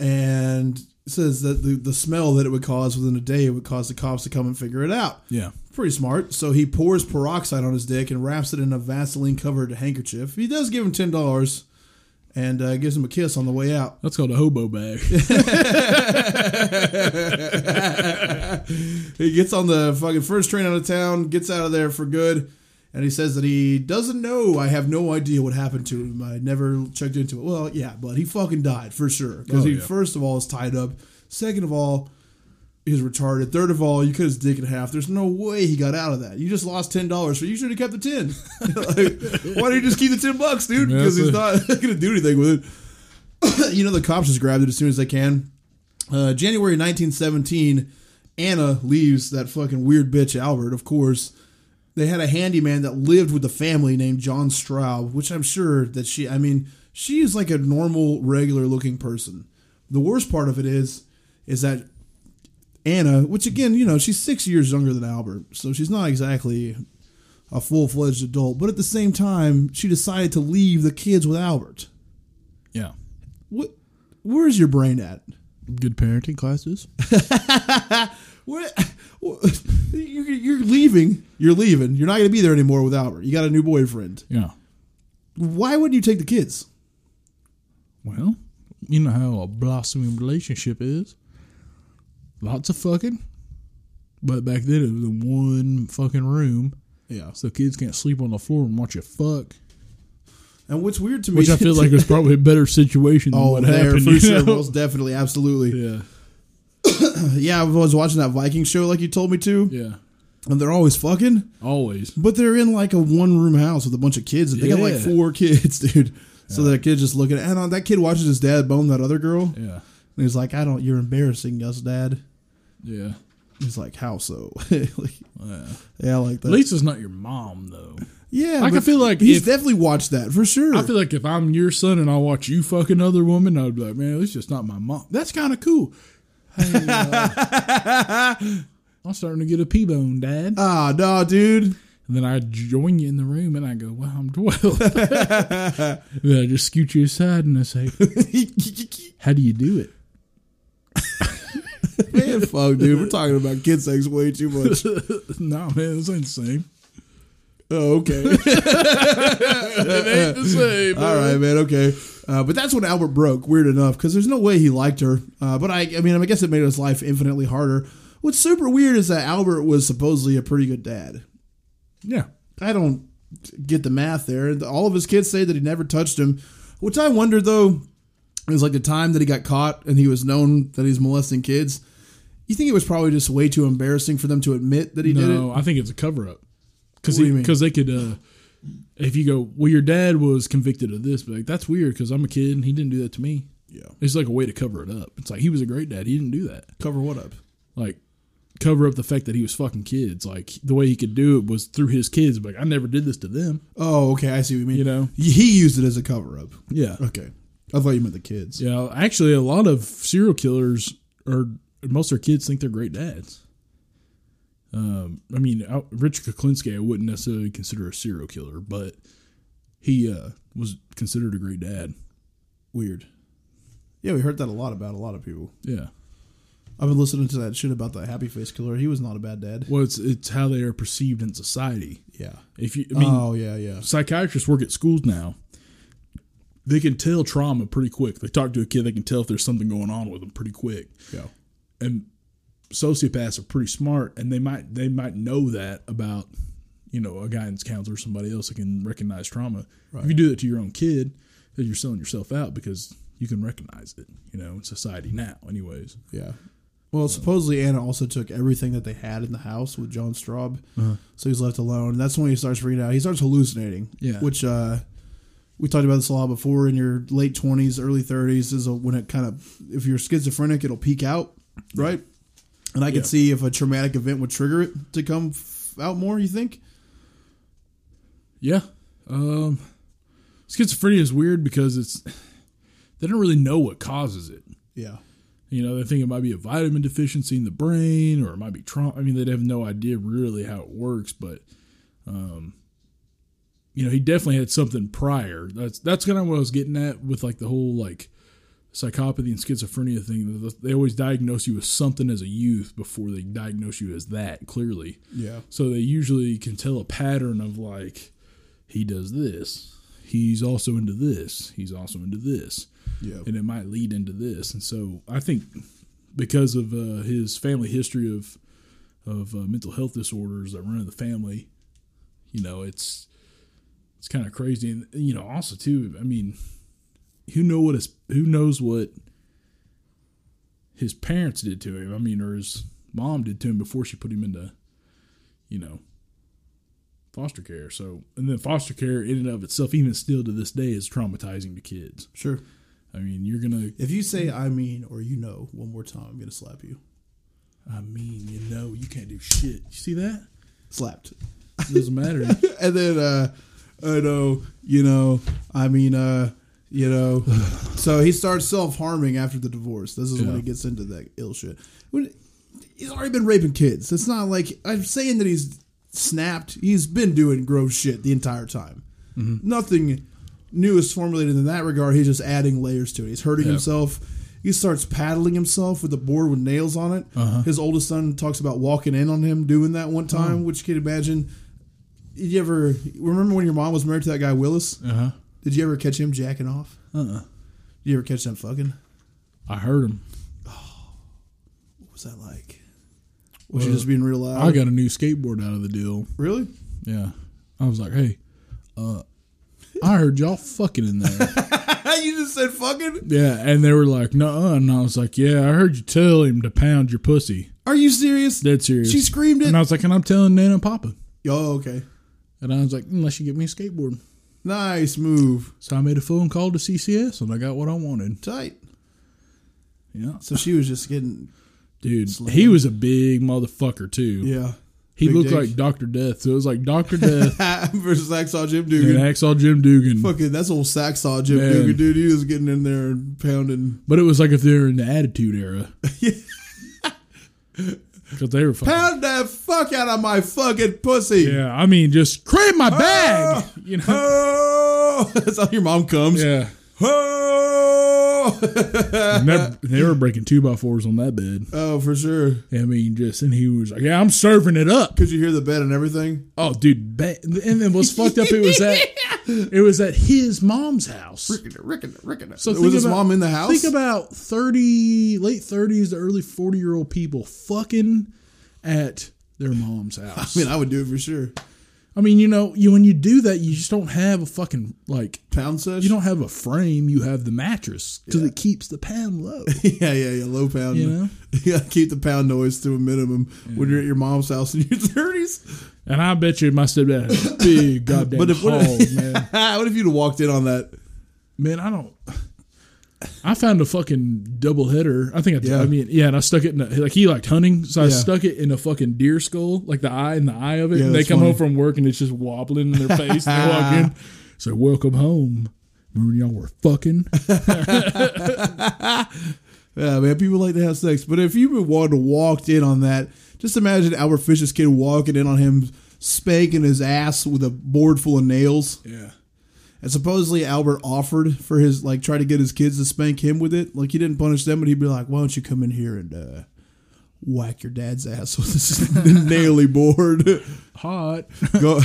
A: And says that the the smell that it would cause within a day would cause the cops to come and figure it out.
B: Yeah,
A: Pretty smart. So he pours peroxide on his dick and wraps it in a Vaseline covered handkerchief. He does give him ten dollars, and uh, gives him a kiss on the way out.
B: that's called a hobo bag.
A: He gets on the fucking first train out of town, gets out of there for good, and he says that he doesn't know. I have no idea what happened to him. I never checked into it. Well, yeah, but he fucking died for sure. Because
B: Oh,
A: he,
B: yeah.
A: first of all, is tied up. Second of all, he's retarded. Third of all, you cut his dick in half. There's no way he got out of that. You just lost ten dollars, so you should have kept the ten. like, why do you just keep the ten bucks, dude?
B: Yeah,
A: Because he's
B: that's
A: not gonna do anything with it. you know, the cops just grabbed it as soon as they can. Uh, January 1917, Anna leaves that fucking weird bitch Albert, of course. They had a handyman that lived with the family named John Straub, which I'm sure that she, I mean, she is like a normal, regular looking person. The worst part of it is is that Anna, which again, you know, she's six years younger than Albert, so she's not exactly a full fledged adult. But at the same time, she decided to leave the kids with Albert.
B: Yeah.
A: What? Where's your brain at?
B: Good parenting classes.
A: What? You're you're leaving. You're leaving. You're not going to be there anymore with Albert. You got a new boyfriend.
B: Yeah.
A: Why wouldn't you take the kids?
B: Well, you know how a blossoming relationship is. Lots of fucking. But back then it was in one fucking room,
A: Yeah.
B: so kids can't sleep on the floor and watch you fuck.
A: And what's weird to me,
B: Which I feel like is probably a better situation than
A: oh,
B: what
A: there
B: happened.
A: for
B: you
A: sure,
B: know?
A: most definitely, absolutely. Uh,
B: Yeah,
A: Yeah, I was watching that Viking show like you told me to,
B: yeah.
A: and they're always fucking,
B: Always.
A: but they're in like a one room house with a bunch of kids. and They got like
B: Yeah.
A: four kids, dude. So that kid's just looking, and uh, that kid watches his dad bone that other girl, and
B: Yeah,
A: he's like, "I don't, you're embarrassing us, dad."
B: yeah.
A: He's like, "How so?" like, yeah, like that.
B: At least it's not your mom though.
A: yeah,
B: Like, I
A: but
B: feel like
A: he's
B: if-
A: definitely watched that for sure.
B: I feel like if I'm your son and I watch you fuck another woman, I'd be like, man, it's just not my mom. That's kind of cool. Hey, uh, I'm starting to get a pee bone, Dad.
A: ah, no, dude.
B: And then I join you in the room and I go, well, I'm 12. then I just scoot you aside and I say, how do you do it?
A: Man, fuck, dude. We're talking about kid sex way too much.
B: nah, man, this ain't the same.
A: Oh, okay.
B: Ain't the same.
A: All right, man. Okay, uh, but that's when Albert broke. Weird enough, because there's no way he liked her. Uh, but I, I mean, I guess it made his life infinitely harder. What's super weird is that Albert was supposedly a pretty good dad.
B: Yeah.
A: I don't get the math there. All of his kids say that he never touched him, which I wonder though. Is like the time that he got caught and he was known that he's molesting kids. You think it was probably just way too embarrassing for them to admit that he did it?
B: No, I think it's a cover up. Because
A: What do you mean?
B: because they could, uh, if you go, well, your dad was convicted of this, but like that's weird because I'm a kid and he didn't do that to me.
A: Yeah.
B: It's like a way to cover it up. It's like he was a great dad. He didn't do that.
A: Cover what up?
B: Like cover up the fact that he was fucking kids. Like the way he could do it was through his kids. But like, I never did this to them.
A: Oh, okay. I see what you mean.
B: You know?
A: he used it as a cover up.
B: Yeah.
A: Okay. I thought you meant the kids.
B: Yeah. Actually, a lot of serial killers or most of their kids think they're great dads. Um, I mean, I, Richard Kuklinski, I wouldn't necessarily consider a serial killer, but he uh, was considered a great dad.
A: Weird. Yeah, we heard that a lot about a lot of people.
B: Yeah.
A: I've been listening to that shit about the happy face killer. He was not a bad dad.
B: Well, it's it's how they are perceived in society.
A: Yeah.
B: If you, I mean,
A: oh yeah, yeah.
B: psychiatrists work at schools now. They can tell trauma pretty quick. They talk to a kid, they can tell if there's something going on with them pretty quick.
A: Yeah.
B: And sociopaths are pretty smart, and they might they might know that about you know a guidance counselor, or somebody else that can recognize trauma. If you do that to your own kid, then you're selling yourself out because you can recognize it. You know, in society now, anyways.
A: Yeah. Well, supposedly Anna also took everything that they had in the house with John Straub,
B: Uh-huh.
A: so he's left alone. That's when he starts freaking out. He starts hallucinating.
B: Yeah.
A: Which uh, we talked about this a lot before. In your late twenties, early thirties is when it kind of, if you're schizophrenic, it'll peak out, right? And I could
B: Yeah.
A: see if a traumatic event would trigger it to come f- out more. You think?
B: Yeah. Um, schizophrenia is weird because it's they don't really know what causes it.
A: Yeah.
B: You know, they think it might be a vitamin deficiency in the brain, or it might be trauma. I mean, they'd have no idea really how it works, but, um, you know, he definitely had something prior. That's that's kind of what I was getting at with like the whole like psychopathy and schizophrenia thing. They always diagnose you with something as a youth before they diagnose you as that. Clearly,
A: Yeah.
B: so they usually can tell a pattern of like, he does this. He's also into this. He's also into this
A: Yeah.
B: and it might lead into this. And so I think because of uh, his family history of of uh, mental health disorders that run in the family, you know, it's it's kind of crazy. And you know, also too, I mean, who know what his who knows what his parents did to him? I mean, or his mom did to him before she put him into, you know. Foster care. So, and then foster care in and of itself, even still to this day, is traumatizing to kids.
A: Sure.
B: I mean, you're gonna.
A: If you say I mean or you know one more time, I'm gonna slap you.
B: I mean, you know, you can't do shit. You see that?
A: Slapped.
B: It doesn't matter.
A: and then uh I know, you know, I mean uh You know, so he starts self harming after the divorce. This is when
B: Yeah.
A: he gets into that ill shit. When, he's already been raping kids. It's not like I'm saying that he's snapped. He's been doing gross shit the entire time.
B: Mm-hmm.
A: Nothing new is formulated in that regard. He's just adding layers to it. He's hurting
B: Yeah.
A: himself. He starts paddling himself with a board with nails on it.
B: Uh-huh.
A: His oldest son talks about walking in on him doing that one time,
B: Hmm.
A: which you can imagine. Did you ever remember when your mom was married to that guy Willis?
B: Uh huh.
A: Did you ever catch him jacking off?
B: Uh uh
A: Did you ever catch them fucking?
B: I heard him.
A: What was that like? Was she just being real loud?
B: I got a new skateboard out of the deal.
A: really?
B: Yeah. I was like, hey, uh, I heard y'all fucking in there.
A: you just said fucking.
B: yeah. And they were like, no. And I was like, yeah, I heard you tell him to pound your pussy.
A: Are you serious?
B: Dead serious.
A: She screamed it.
B: And I was like, and I'm telling Nana and Papa.
A: Oh, okay.
B: And I was like, unless you get me a skateboard.
A: Nice move.
B: So I made a phone call to CCS and I got what I wanted.
A: Tight.
B: Yeah.
A: So she was just getting
B: Dude, he was a big motherfucker too.
A: yeah.
B: He
A: Big
B: looked
A: dick.
B: like Dr. Death. So it was like Dr. Death
A: versus Saxaw Jim
B: and
A: Dugan.
B: Hacksaw Jim Dugan.
A: Fucking that's old Saxaw Jim
B: Man.
A: Dugan, dude. He was getting in there and pounding.
B: But it was like if they were in the Attitude Era. Because they were fucking.
A: Pound that fuck out of my fucking pussy.
B: Yeah, I mean, just grab my bag.
A: Oh!
B: You know?
A: Oh, that's how your mom comes.
B: Yeah.
A: Ah. Oh,
B: And they're- they were breaking two by fours on that bed.
A: oh, for sure.
B: I mean, just, and he was like, yeah, I'm serving it up.
A: Could you hear the bed and everything?
B: Oh, dude. Ba- and then what's fucked up, it was at, it was at his mom's house.
A: Rickon, rickon. So
B: So
A: was
B: think
A: his
B: about-
A: mom in the house?
B: Think about 30, late 30s to early 40 year old people fucking at their mom's house.
A: I mean, I would do it for sure.
B: I mean, you know, you when you do that, you just don't have a fucking, like,
A: Pound sesh.
B: you don't have a frame, you have the mattress because it keeps the pound low.
A: Yeah, yeah, yeah. Low pound.
B: You
A: You
B: know?
A: gotta keep the pound noise to a minimum when you're at your mom's house in your thirties.
B: And I bet you my stepdad had a big goddamn
A: But if what,
B: hog, man.
A: what if you'd have walked in on that?
B: Man, I don't. I found a fucking double header. I think I,
A: Yeah.
B: I mean, yeah, and I stuck it in a, like he liked hunting, so I
A: Yeah.
B: stuck it in a fucking deer skull, like the eye in the eye of it.
A: Yeah,
B: and they
A: that's
B: come
A: funny.
B: home from work and it's just wobbling in their face. and they walk in, so welcome home. Remember when y'all were fucking?
A: Yeah, man. People like to have sex, but if you would wanted to walked in on that, just imagine Albert Fish's kid walking in on him, spanking his ass with a board full of nails.
B: Yeah.
A: And supposedly Albert offered for his like try to get his kids to spank him with it. Like he didn't punish them, but he'd be like, "Why don't you come in here and uh, whack your dad's ass with this naily board?"
B: Hot.
A: Go,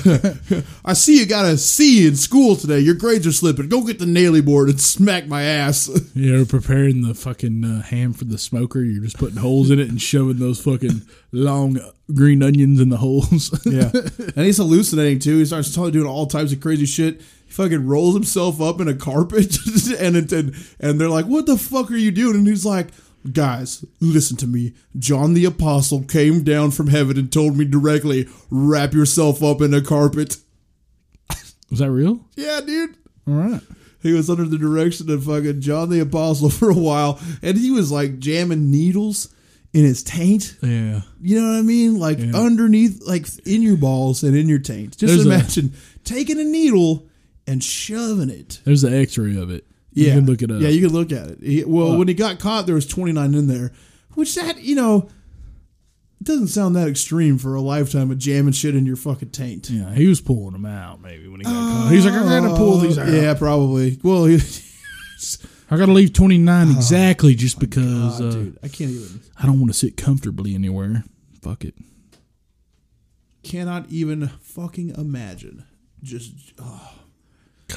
A: I see you got a C in school today. Your grades are slipping. Go get the naily board and smack my ass.
B: You know, preparing the fucking uh, ham for the smoker. You're just putting holes in it and shoving those fucking long green onions in the holes.
A: Yeah, and he's hallucinating too. He starts totally doing all types of crazy shit. He fucking rolls himself up in a carpet, and it, and and they're like, "What the fuck are you doing?" And he's like. Guys, listen to me. John the Apostle came down from heaven and told me directly, wrap yourself up in a carpet.
B: Was that real?
A: Yeah, dude.
B: All right.
A: He was under the direction of fucking John the Apostle for a while, and he was like jamming needles in his taint.
B: Yeah.
A: You know what I mean? Like underneath, like in your balls and in your taint. Just
B: There's a-
A: imagine taking a needle and shoving it.
B: There's the X-ray of it.
A: Yeah,
B: You can look it up. Uh,
A: Yeah, you can look at it. He- well,
B: Wow.
A: when he got caught, there was 29 in there, which that you know it doesn't sound that extreme for a lifetime of jamming shit in your fucking taint.
B: yeah, he was pulling them out maybe when he got caught. Uh, He's like, I gotta pull these out.
A: Oh, Yeah, probably. Well, he,
B: I gotta leave 29 exactly just because uh,
A: Oh, Ah, dude, I can't even.
B: I don't want to sit comfortably anywhere. Fuck it.
A: cannot even fucking imagine. Just, oh,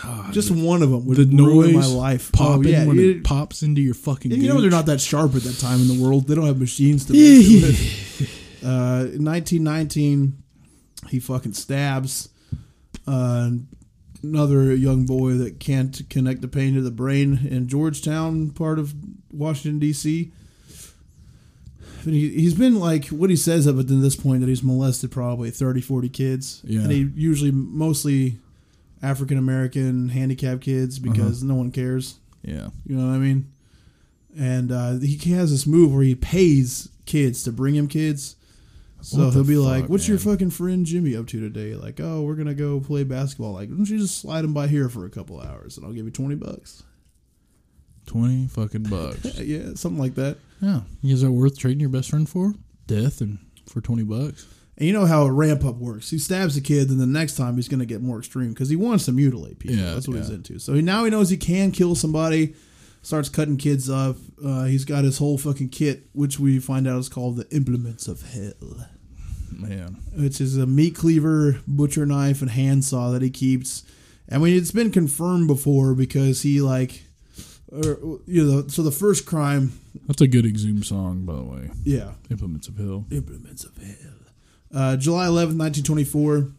B: God,
A: just one of them would
B: Ah, the
A: ruin
B: noise,
A: my life.
B: popping
A: oh, yeah,
B: when
A: you-
B: it pops into your fucking.
A: you know
B: gooch.
A: they're not that sharp at that time in the world. They don't have machines to.
B: Yeah,
A: Make
B: yeah,
A: it. Uh, in 1919, he fucking stabs uh, another young boy that can't connect the pain to the brain in Georgetown, part of Washington D.C. And he, he's been like what he says up until this point that he's molested probably 30, 40 kids,
B: Yeah.
A: and he usually mostly African American, handicapped kids
B: Uh-huh.
A: because no one cares.
B: yeah.
A: You know what I mean? And uh, he has this move where he pays kids to bring him kids. So
B: What the
A: he'll be like,
B: fuck,
A: "What's your
B: man?"
A: fucking friend Jimmy up to today?" Like, "Oh, we're gonna go play basketball." Like, "Why don't you just slide him by here for a couple hours, and I'll give you twenty bucks."
B: Twenty fucking bucks.
A: yeah, something like that.
B: yeah, is that worth trading your best friend for death and for twenty bucks?
A: And you know how a ramp up works. He stabs the kid, then the next time he's going to get more extreme because he wants to mutilate people.
B: Yeah,
A: That's what he's
B: yeah.
A: into. So he, now he knows he can kill somebody. Starts cutting kids up. Uh, he's got his whole fucking kit, which we find out is called the Implements of Hell,
B: Man,
A: which is a meat cleaver, butcher knife, and handsaw that he keeps. And when it's been confirmed before because he like, or, you know, so the first crime,
B: that's a good Exhum song, by the way.
A: yeah,
B: Implements of Hill.
A: Implements of Hell. Uh, July 11th, 1924.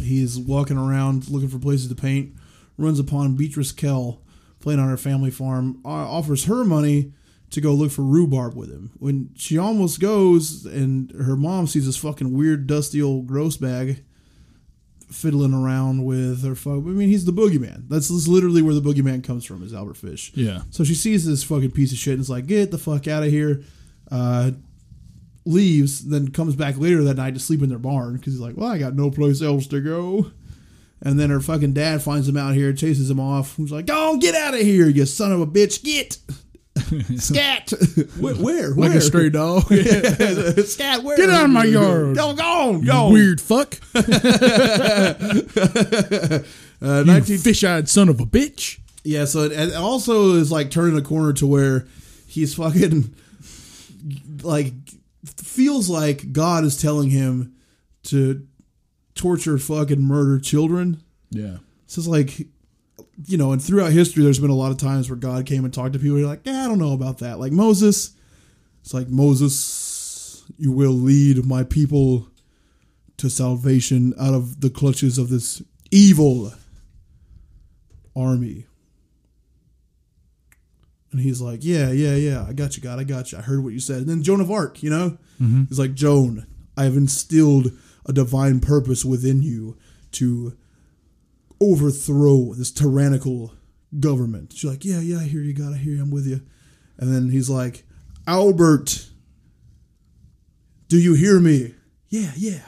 A: He's walking around looking for places to paint. Runs upon Beatrice Kell playing on her family farm. o- Offers her money to go look for rhubarb with him. When she almost goes, and her mom sees this fucking weird, dusty old gross bag fiddling around with her. Fu- I mean, he's the boogeyman. That's, that's literally where the boogeyman comes from, is Albert Fish.
B: Yeah,
A: So she sees this fucking piece of shit and is like, get the fuck out of here. Uh, leaves, then comes back later that night to sleep in their barn because he's like, well, I got no place else to go. And then her fucking dad finds him out here, chases him off. He's like, go on, get out of here, you son of a bitch. Get. Scat. where? Where?
B: like
A: where?
B: a stray dog.
A: Scat, where?
B: Get out of my yard.
A: Go, go on, go.
B: Weird fuck.
A: Uh,
B: You
A: 19-
B: fish-eyed son of a bitch.
A: Yeah, so it, it also is like turning a corner to where he's fucking like feels like God is telling him to torture, fucking murder children.
B: Yeah.
A: So it's like, you know, and throughout history, there's been a lot of times where God came and talked to people. You're like, yeah, I don't know about that. Like Moses, it's like Moses, you will lead my people to salvation out of the clutches of this evil army. And he's like, yeah, yeah, yeah, I got you, God, I got you. I heard what you said. And then Joan of Arc, you know, he's like, Joan, I have instilled a divine purpose within you to overthrow this tyrannical government. She's like, Yeah, yeah, I hear you, God, I hear you, I'm with you. And then he's like, Albert, do you hear me? Yeah, yeah.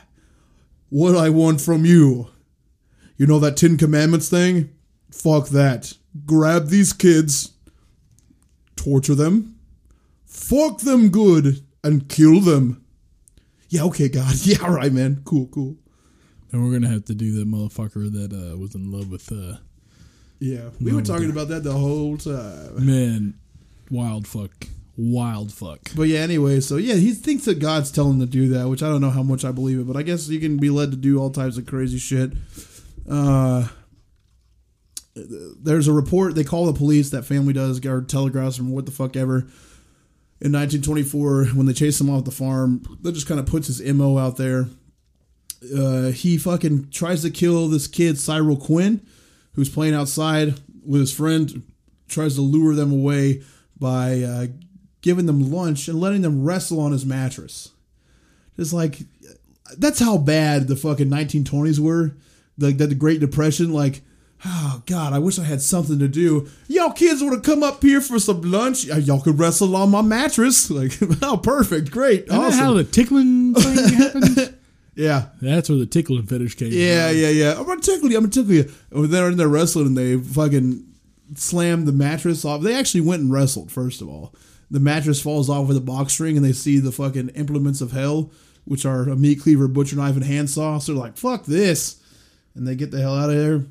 A: What I want from you. You know that Ten Commandments thing? Fuck that. Grab these kids, torture them, fuck them good, and kill them. Yeah, okay, God. Yeah, all right, man. Cool, cool.
B: And we're gonna have to do that motherfucker that uh, was in love with uh,
A: Yeah. We were talking about that the whole time.
B: man, wild fuck, wild fuck.
A: But yeah, anyway, so yeah, he thinks that God's telling him to do that, which I don't know how much I believe it, but I guess you can be led to do all types of crazy shit. Uh, there's a report they call the police that family does or telegraphs from what the fuck ever. In 1924, when they chase him off the farm, that just kind of puts his mo out there. Uh, he fucking tries to kill this kid Cyril Quinn, who's playing outside with his friend. Tries to lure them away by uh, giving them lunch and letting them wrestle on his mattress. Just like that's how bad the fucking 1920s were. Like that the Great Depression, like oh god, I wish I had something to do. Y'all kids would have come up here for some lunch. Uh, Y'all could wrestle on my mattress. Like oh, perfect, great,
B: Isn't that
A: awesome.
B: how the tickling thing happened?
A: yeah,
B: That's where the tickling fetish came. from.
A: yeah, yeah, yeah. I'm gonna tickle you. I'm gonna tickle you. And when they're in there wrestling, and they fucking slam the mattress off. They actually went and wrestled first of all. The mattress falls off with a box string, and they see the fucking implements of hell, which are a meat cleaver, butcher knife, and handsaw. So they're like, "Fuck this," and they get the hell out of there,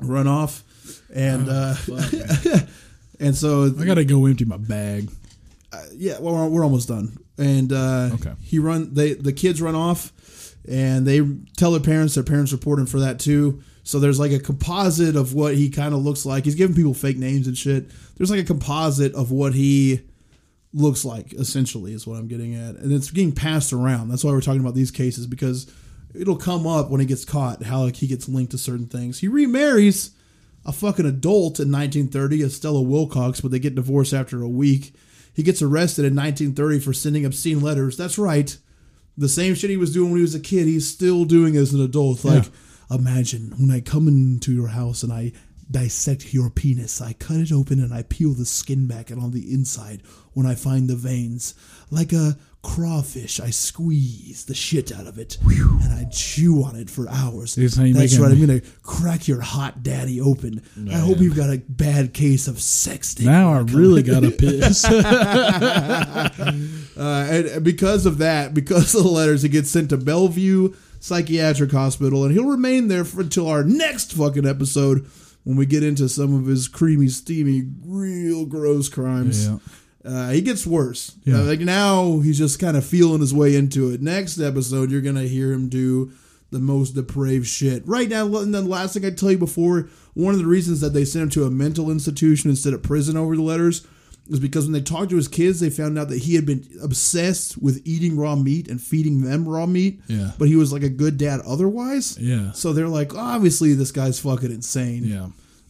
A: run off, and uh, and so
B: I gotta go empty my bag.
A: yeah, well, we're, we're almost done. And uh,
B: Okay.
A: he run they the kids run off, and they tell their parents. Their parents report him for that too. So there's like a composite of what he kind of looks like. He's giving people fake names and shit. There's like a composite of what he looks like essentially is what I'm getting at, and it's getting passed around. That's why we're talking about these cases because it'll come up when he gets caught how like he gets linked to certain things. He remarries a fucking adult in 1930, Estella Wilcox, but they get divorced after a week. He gets arrested in 1930 for sending obscene letters. That's right. The same shit he was doing when he was a kid, he's still doing as an adult. Like, imagine when I come into your house and I dissect your penis, I cut it open and I peel the skin back, and on the inside, when I find the veins, like a crawfish. I squeeze the shit out of it, and I chew on it for hours.
B: This is how you
A: That's
B: make
A: right.
B: him-
A: I'm gonna crack your hot daddy open. I hope
B: Man.
A: you've got a bad case of sexting.
B: Now I really gotta piss.
A: Uh, and and because of that, because of the letters, he gets sent to Bellevue Psychiatric Hospital, and he'll remain there for, until our next fucking episode when we get into some of his creamy, steamy, real gross crimes.
B: Yeah.
A: Uh, he gets worse.
B: Yeah.
A: Uh, like now, he's just kind of feeling his way into it. Next episode, you're gonna hear him do the most depraved shit. Right now, and the last thing I tell you before, one of the reasons that they sent him to a mental institution instead of prison over the letters is because when they talked to his kids, they found out that he had been obsessed with eating raw meat and feeding them raw meat.
B: Yeah.
A: But he was like a good dad otherwise.
B: Yeah.
A: So they're like, obviously, this guy's fucking insane
B: Yeah.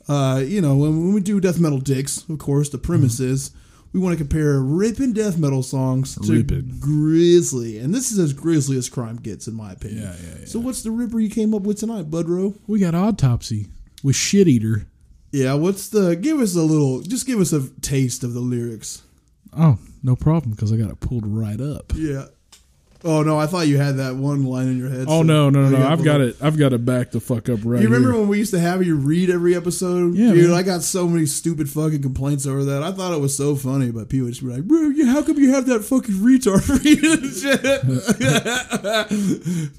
A: uh, you know, when, when we do death metal dicks, of course, the premise is we want to compare ripping death metal songs to
B: Ripping.
A: grizzly, and this is as grizzly as crime gets, in my opinion.
B: Yeah, yeah, yeah.
A: So, what's the ripper you came up with tonight, Budrow?
B: We got autopsy with shit eater.
A: Yeah, what's the? Give us a little. Just give us a taste of the lyrics.
B: Oh, no problem because I got it pulled right up.
A: Yeah. Oh no, I thought you had that one line in your head.
B: Oh
A: so-
B: no, no,
A: Oh,
B: no,
A: you
B: no! I've
A: the
B: got
A: little-
B: it. I've got it back the fuck up right.
A: You remember
B: Here.
A: when we used to have you read every episode?
B: Yeah,
A: Dude,
B: man.
A: I got so many stupid fucking complaints over that. I thought it was so funny, but people would just be like, bro, you, how come you have that fucking retard reading shit?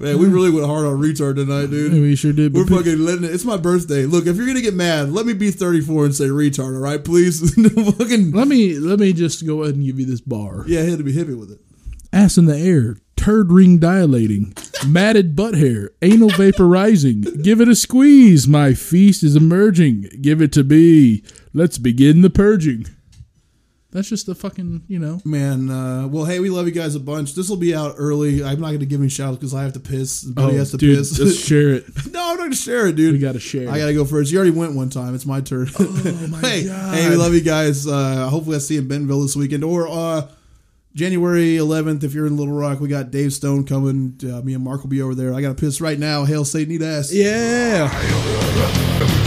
A: Man, we really went hard on retard tonight,
B: Yeah,
A: dude.
B: we sure did.
A: We're
B: But pe-
A: fucking letting it. It's my birthday. Look, if you're going to get mad, let me be 34 and say retard, all right, please? No fucking.
B: let me let me just go ahead and give you this bar.
A: Yeah, I had to be hippie with it.
B: Ass in the air, turd ring dilating, matted butt hair, anal vaporizing. Give it a squeeze. My feast is emerging. Give it to me. Let's begin the purging. That's just the fucking you know.
A: Man, uh, well, hey, we love you guys a bunch. This will be out early. I'm not going to give any shout because I have to piss. Buddy has to
B: Oh, dude,
A: piss.
B: let's share it.
A: no, I'm not going to share it, dude.
B: We gotta share.
A: I gotta go first. You already went one time. It's my turn. Oh
B: my
A: hey,
B: God.
A: hey, we love you guys. Uh, hopefully, I see you in Bentonville this weekend or uh, January 11th. If you're in Little Rock, we got Dave Stone coming. Uh, me and Mark will be over there. I gotta piss right now. Hail Satan, eat ass.
B: yeah.